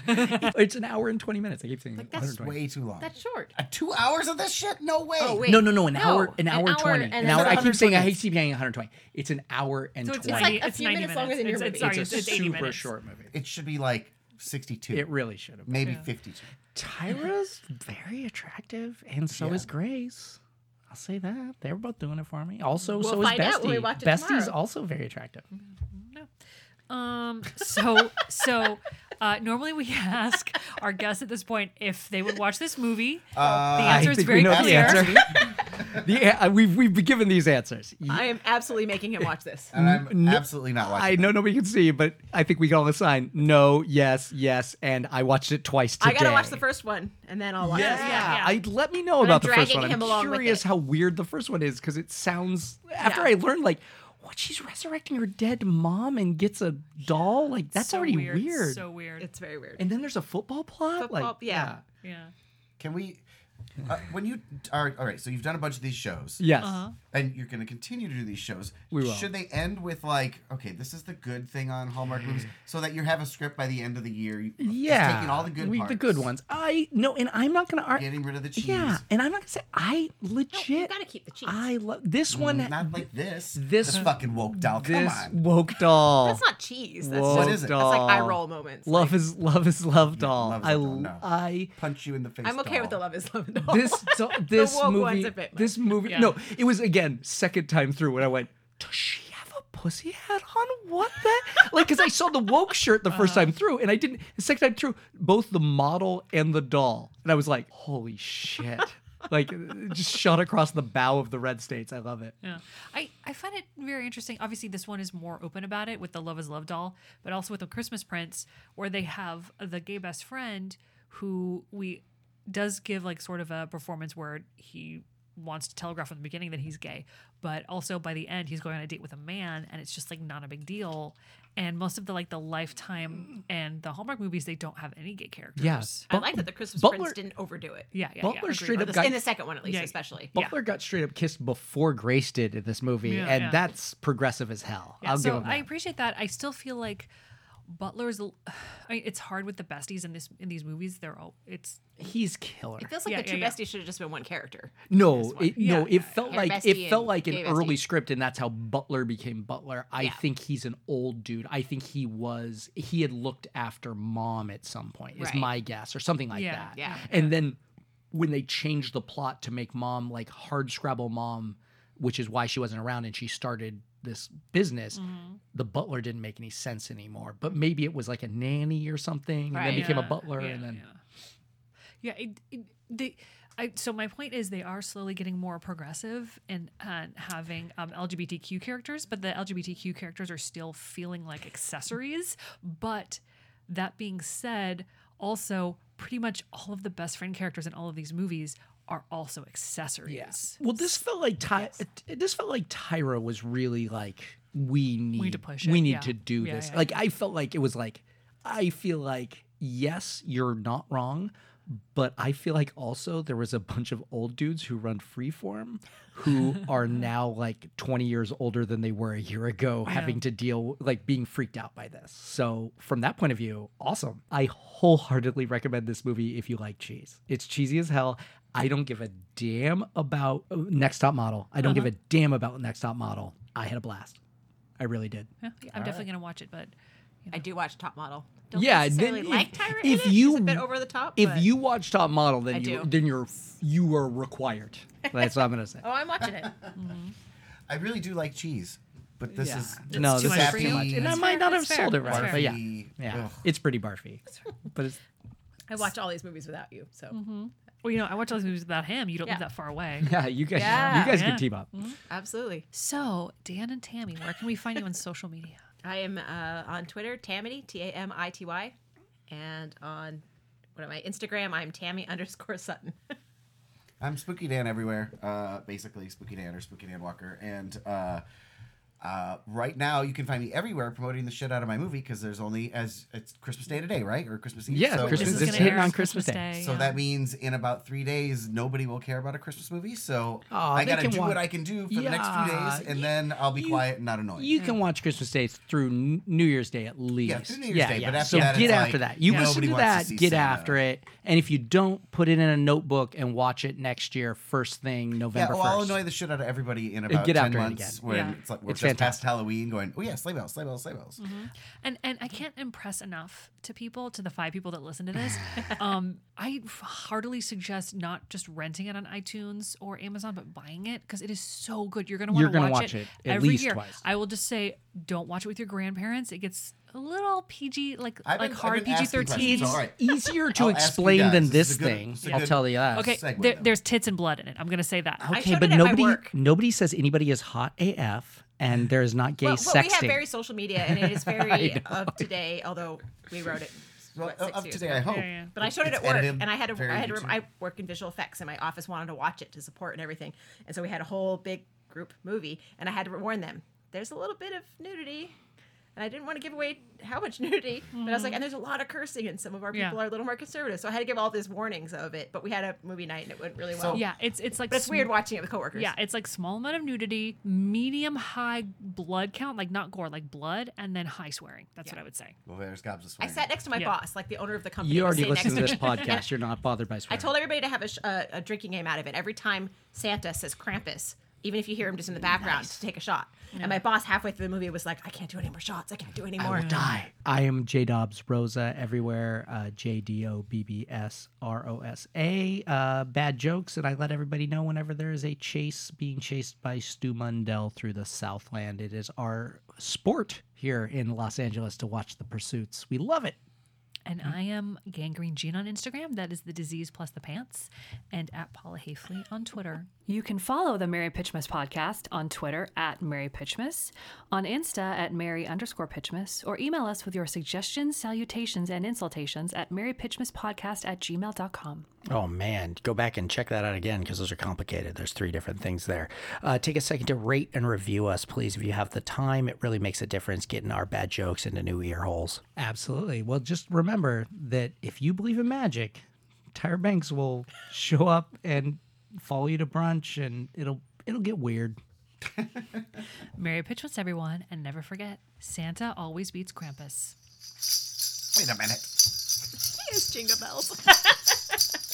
S2: it's an hour and 20 minutes. I keep saying like,
S3: That's way too long.
S11: That's short.
S3: Uh, two hours of this shit? No way.
S11: Oh, wait.
S2: No, no, no. An hour, an hour,
S11: hour
S2: 20.
S11: and
S2: An
S11: then
S2: hour. I
S11: another
S2: keep saying, I hate keep saying 120. It's an hour and
S1: So it's,
S2: 20.
S1: it's
S11: like
S1: like
S11: a
S1: it's
S11: few
S1: 90
S11: minutes longer than
S1: It's-
S11: your
S1: it's,
S11: movie.
S1: sorry, it's,
S2: it's a
S1: it's 80
S2: super
S1: minutes.
S2: short movie.
S3: It should be like 62.
S2: It really should have been.
S3: maybe 52.
S2: Tyra's very attractive, and so
S3: Yeah.
S2: is Grace. I'll say that they were both doing it for me. Also,
S11: We'll
S2: so is
S11: find out when we
S2: Bestie.
S11: watch it
S2: Bestie's
S11: tomorrow.
S2: also very attractive.
S1: Um. So so, uh, normally we [laughs] ask our guests at this point if they would watch this movie. the
S2: Uh, I
S1: answer is
S2: think
S1: very
S2: we know
S1: clear.
S2: The
S11: [laughs]
S2: answer. The a- uh, we've we've been given these answers.
S11: I am absolutely making him watch this.
S2: uh,
S3: And I'm
S2: No-
S3: absolutely not watching.
S2: I know nobody can see, but I think we can all assign no, yes, yes, and I watched it twice today.
S11: I gotta watch the first one and then I'll watch
S2: Yeah,
S11: it.
S2: I let me know
S11: But I'm
S2: about the first
S11: dragging
S2: one.
S11: him
S2: I'm
S11: along with
S2: curious
S11: it.
S2: how weird the first one is because it sounds. After I learned, like, what she's resurrecting her dead mom and gets a doll, like that's
S1: So
S2: already
S1: weird,
S2: weird.
S1: So weird.
S11: It's very weird.
S2: And then there's a football plot.
S11: Football-
S2: like,
S11: yeah.
S1: yeah.
S3: Can we? Uh, when you are all right, so you've done a bunch of these shows.
S2: Yes. Uh-huh.
S3: And you're going to continue to do these shows.
S2: We will.
S3: Should they end with like, okay, this is the good thing on Hallmark movies, so that you have a script by the end of the year. you- just
S2: Yeah,
S3: Taking all the good
S2: we-
S3: parts.
S2: the good ones. I no, and I'm not gonna argue.
S3: Getting rid of the cheese.
S2: Yeah, and I'm not gonna say I legit.
S11: You gotta keep the cheese.
S2: I love this one.
S3: Mm, Not like this.
S2: this-
S3: This fucking woke doll. Come
S2: this
S3: on.
S2: woke doll.
S11: That's not cheese. That's
S2: woke
S11: just
S3: What is it?
S11: that's like eye
S2: doll.
S11: roll moments.
S2: Love is love is love doll.
S3: love is
S2: I
S3: a doll, no.
S2: I
S3: Punch you in the face.
S11: I'm okay with the
S3: doll.
S11: love is love. doll.
S2: [laughs] this
S11: [laughs]
S2: do- this
S11: woke one's
S2: movie
S11: a bit much.
S2: this movie
S1: Yeah.
S2: no it was again second time through when I went does she have a pussy hat on what the [laughs] like because I saw the woke shirt the 1st
S1: Uh-huh.
S2: time through and I didn't the second time through both the model and the doll and I was like holy shit [laughs] like it just shot across the bow of the red states I love it
S1: Yeah. I, I find it very interesting. Obviously, this one is more open about it with the Love is Love doll, but also with the Christmas Prince, where they have the gay best friend who we does give like sort of a performance where he wants to telegraph from the beginning that he's gay, but also by the end he's going on a date with a man and it's just like not a big deal. And most of the like the lifetime and the Hallmark movies, they don't have any gay characters.
S2: Yes.
S11: I like that the Christmas
S2: Butler-
S11: Prince didn't overdo it.
S1: Yeah, yeah.
S2: Butler
S1: yeah,
S2: straight
S11: Or
S2: up
S11: the-
S2: got
S11: in the second one at least,
S1: Yeah.
S11: especially.
S1: Yeah.
S2: Butler got straight up kissed before Grace did in this movie,
S1: Yeah,
S2: and
S1: yeah.
S2: that's progressive as hell.
S1: Yeah,
S2: I'll
S1: so
S2: give him that.
S1: I appreciate that. I still feel like Butler's. l- [sighs] I mean, it's hard with the besties in this in these movies. They're all. It's
S2: He's killer.
S11: It feels like
S1: Yeah,
S11: the
S1: yeah,
S11: two
S1: yeah.
S11: besties should have just been one character.
S2: No, it,
S1: Yeah,
S2: no, it felt
S11: Hair
S2: like
S11: bestie
S2: it felt
S11: and
S2: like an
S11: gay
S2: early
S11: bestie.
S2: script, and that's how Butler became Butler. I
S11: Yeah.
S2: think he's an old dude. I think he was he had looked after mom at some point. Is
S11: Right.
S2: my guess or something like
S1: Yeah,
S2: that.
S11: yeah.
S2: And then when they changed the plot to make mom like hard scrabble mom, which is why she wasn't around and she started this business,
S11: Mm-hmm.
S2: the butler didn't make any sense anymore. But maybe it was like a nanny or something, and
S11: Right.
S2: then became
S1: Yeah,
S2: a butler,
S1: yeah,
S2: and then
S1: yeah. Yeah. It, it, they, I, so my point is they are slowly getting more progressive and, and having um, LGBTQ characters, but the LGBTQ characters are still feeling like accessories. But that being said, also pretty much all of the best friend characters in all of these movies are also accessories.
S2: Well, this felt like Ty- this felt like Tyra was really like we need
S1: to push it,
S2: we need
S1: yeah.
S2: to do
S1: Yeah,
S2: this.
S1: yeah,
S2: like I felt like it was like I feel like yes, you're not wrong, but I feel like also there was a bunch of old dudes who run Freeform
S1: [laughs]
S2: who are now like 20 years older than they were a year ago having to deal like being freaked out by this. So, from that point of view, awesome. I wholeheartedly recommend this movie if you like cheese. It's cheesy as hell. I don't give a damn about uh, Next Top Model. I don't
S1: Uh-huh.
S2: give a damn about Next Top Model. I had a blast. I really did.
S1: Yeah, yeah, I'm definitely gonna watch it, but
S11: I do watch Top Model. Don't
S2: Yeah, and
S11: necessarily
S2: then
S11: like
S2: if-
S11: Tyra.
S2: if
S11: in it.
S2: you-
S11: She's a bit over the top.
S2: If
S11: but-
S2: you watch Top Model, then
S11: I
S2: you
S11: do.
S2: then you're you are required. That's what I'm
S1: [laughs]
S2: gonna say.
S11: oh, I'm watching it.
S3: I really do like cheese, but this
S2: Yeah.
S3: is
S2: no,
S1: too
S2: this
S1: much
S2: is
S1: for you.
S2: too much. And I
S1: That's
S2: might
S1: fair,
S2: not have
S1: that's fair,
S2: sold it right,
S1: that's
S2: but yeah,
S3: fair.
S2: yeah,
S3: Ugh.
S2: it's pretty barfy. But it's
S11: I watch all these movies without you. So
S1: well, you know, I watch all these movies about him. You don't live
S11: Yeah.
S1: that far away.
S2: yeah, you guys,
S11: Yeah.
S2: you guys
S1: Yeah. Mm-hmm.
S2: can team up.
S11: absolutely.
S1: [laughs] So, Dan and Tammy, where can we find you on social media?
S2: [laughs]
S11: I am uh, on Twitter, Tamity, T A M I T Y, and on what am I? Instagram, I'm Tammy underscore Sutton.
S3: I'm Spooky Dan everywhere. Uh, basically, Spooky Dan or Spooky Dan Walker. And uh, uh, right now, you can find me everywhere promoting the shit out of my movie because there's only as it's Christmas Day today, right? Or Christmas Eve.
S2: Yeah,
S3: so
S2: Christmas
S1: This
S2: is
S1: is gonna
S2: hitting
S1: air
S2: on Christmas Day.
S3: So
S1: yeah.
S3: that means in about three days, nobody will care about a Christmas movie. So
S2: Aw,
S3: I
S2: they
S3: gotta
S2: can
S3: do
S2: watch-
S3: what I can do for the next few
S2: Yeah,
S3: days, and then I'll be
S2: you-
S3: quiet and not annoyed.
S2: You can watch Christmas Day through N- New Year's Day at least.
S3: through New Year's Day, but after
S2: so
S3: that,
S2: get
S3: it's
S2: after
S3: like,
S2: that. You
S3: yeah,
S2: listen
S3: nobody
S2: to
S3: wants to
S2: that.
S3: see
S2: get
S3: Santa.
S2: after it, and if you don't, put it in a notebook and watch it next year, first thing
S3: yeah,
S2: November
S3: well, I'll
S2: first.
S3: annoy the shit out of everybody in about
S2: get
S3: ten
S2: after it
S3: months
S2: again.
S3: when
S1: Yeah.
S3: it's like we're
S2: It's
S3: just past Halloween going, oh yeah, sleigh bells, sleigh bells, sleigh bells.
S11: Mm-hmm.
S1: And and I can't impress enough to people, to the five people that listen to
S3: [laughs]
S1: this. um, I f- heartily suggest not just renting it on iTunes or Amazon, but buying it because it is so good. You're gonna want
S2: You're
S1: to
S2: gonna
S1: watch,
S2: watch it at
S1: every
S2: least
S1: year.
S2: twice.
S1: I will just say, don't watch it with your grandparents. It gets a little PG, like
S3: I've been-
S1: like
S3: I've
S1: hard
S3: been
S1: PG
S3: asking
S1: thirteen.
S3: questions, all right.
S2: Easier to
S3: [laughs] I'll ask you
S2: explain
S3: guys.
S2: than
S3: This
S2: this
S3: is a good-
S2: thing.
S3: this is a
S2: I'll
S3: good
S2: tell you that.
S1: Okay,
S3: segue,
S1: there,
S3: though.
S1: there's tits and blood in it. I'm gonna say that.
S2: Okay,
S11: showed
S2: but
S11: it at my
S2: nobody
S11: work.
S2: nobody says anybody is hot AF
S11: [sighs]
S2: and there's not gay
S11: well,
S2: sexting.
S11: well, we have very social media, and it is
S2: I
S11: very
S2: know.
S11: up to date. Although we wrote it.
S3: Well,
S11: what, six
S3: up
S11: years
S3: today,
S11: ago?
S3: I hope.
S1: yeah.
S11: But I showed it
S3: It's
S11: at work,
S3: edited,
S11: and I had a,
S3: very
S11: I had a,
S3: YouTube.
S11: I work in visual effects, and my office wanted to watch it to support and everything, and so we had a whole big group movie, and I had to warn them. There's a little bit of nudity, and I didn't want to give away how much [laughs] nudity, but I
S2: Mm-hmm.
S11: was like, and there's a lot of cursing, and some of our
S1: Yeah.
S11: people are a little more conservative, so I had to give all these warnings of it. But we had a movie night, and it went really well.
S3: So-
S1: Yeah, it's it's like
S11: but it's
S1: sm-
S11: weird watching it with coworkers.
S1: Yeah, it's like small amount of nudity, medium high blood count, like not gore, like blood, and then high swearing. That's what I would say.
S3: Well, there's gobs of
S11: I
S3: swearing.
S11: sat next to my
S1: Yeah.
S11: boss, like the owner of the company.
S2: you
S11: was
S2: already
S11: sitting next
S2: listened to this
S11: me. [laughs] And
S2: podcast. You're not bothered by
S11: I
S2: swearing.
S11: told everybody to have a, sh- a, a drinking game out of it. Every time Santa says Krampus, even if you hear him just in the background, to take a shot. And my boss halfway through the movie was like, "I can't do any more shots. I can't do any more."
S2: die. I am J Dobbs Rosa everywhere. Uh, J D O B B S R O S A. Uh, bad jokes, and I let everybody know whenever there is a chase being chased by Stu Mundell through the Southland. It is our sport here in Los Angeles to watch the pursuits. We love it.
S1: And I am Gangrene Jean on Instagram. That is the disease plus the pants. And at Paula Hafley on Twitter. You can follow the Mary Pitchmas podcast on Twitter at Mary Pitchmas, on Insta at Mary underscore Pitchmas, or email us with your suggestions, salutations, and insultations at marypitchmaspodcast at gmail.com.
S2: Oh man, go back and check that out again because those are complicated. There's three different things there. Uh, take a second to rate and review us, please, if you have the time. It really makes a difference getting our bad jokes into new ear holes. Absolutely. Well, just remember that if you believe in magic, Tyra Banks will show up and follow you to brunch, and it'll it'll get weird.
S1: Mary Pitchmas, everyone. And never forget, Santa always beats Krampus.
S3: Wait a minute.
S11: Yes, jingle bells.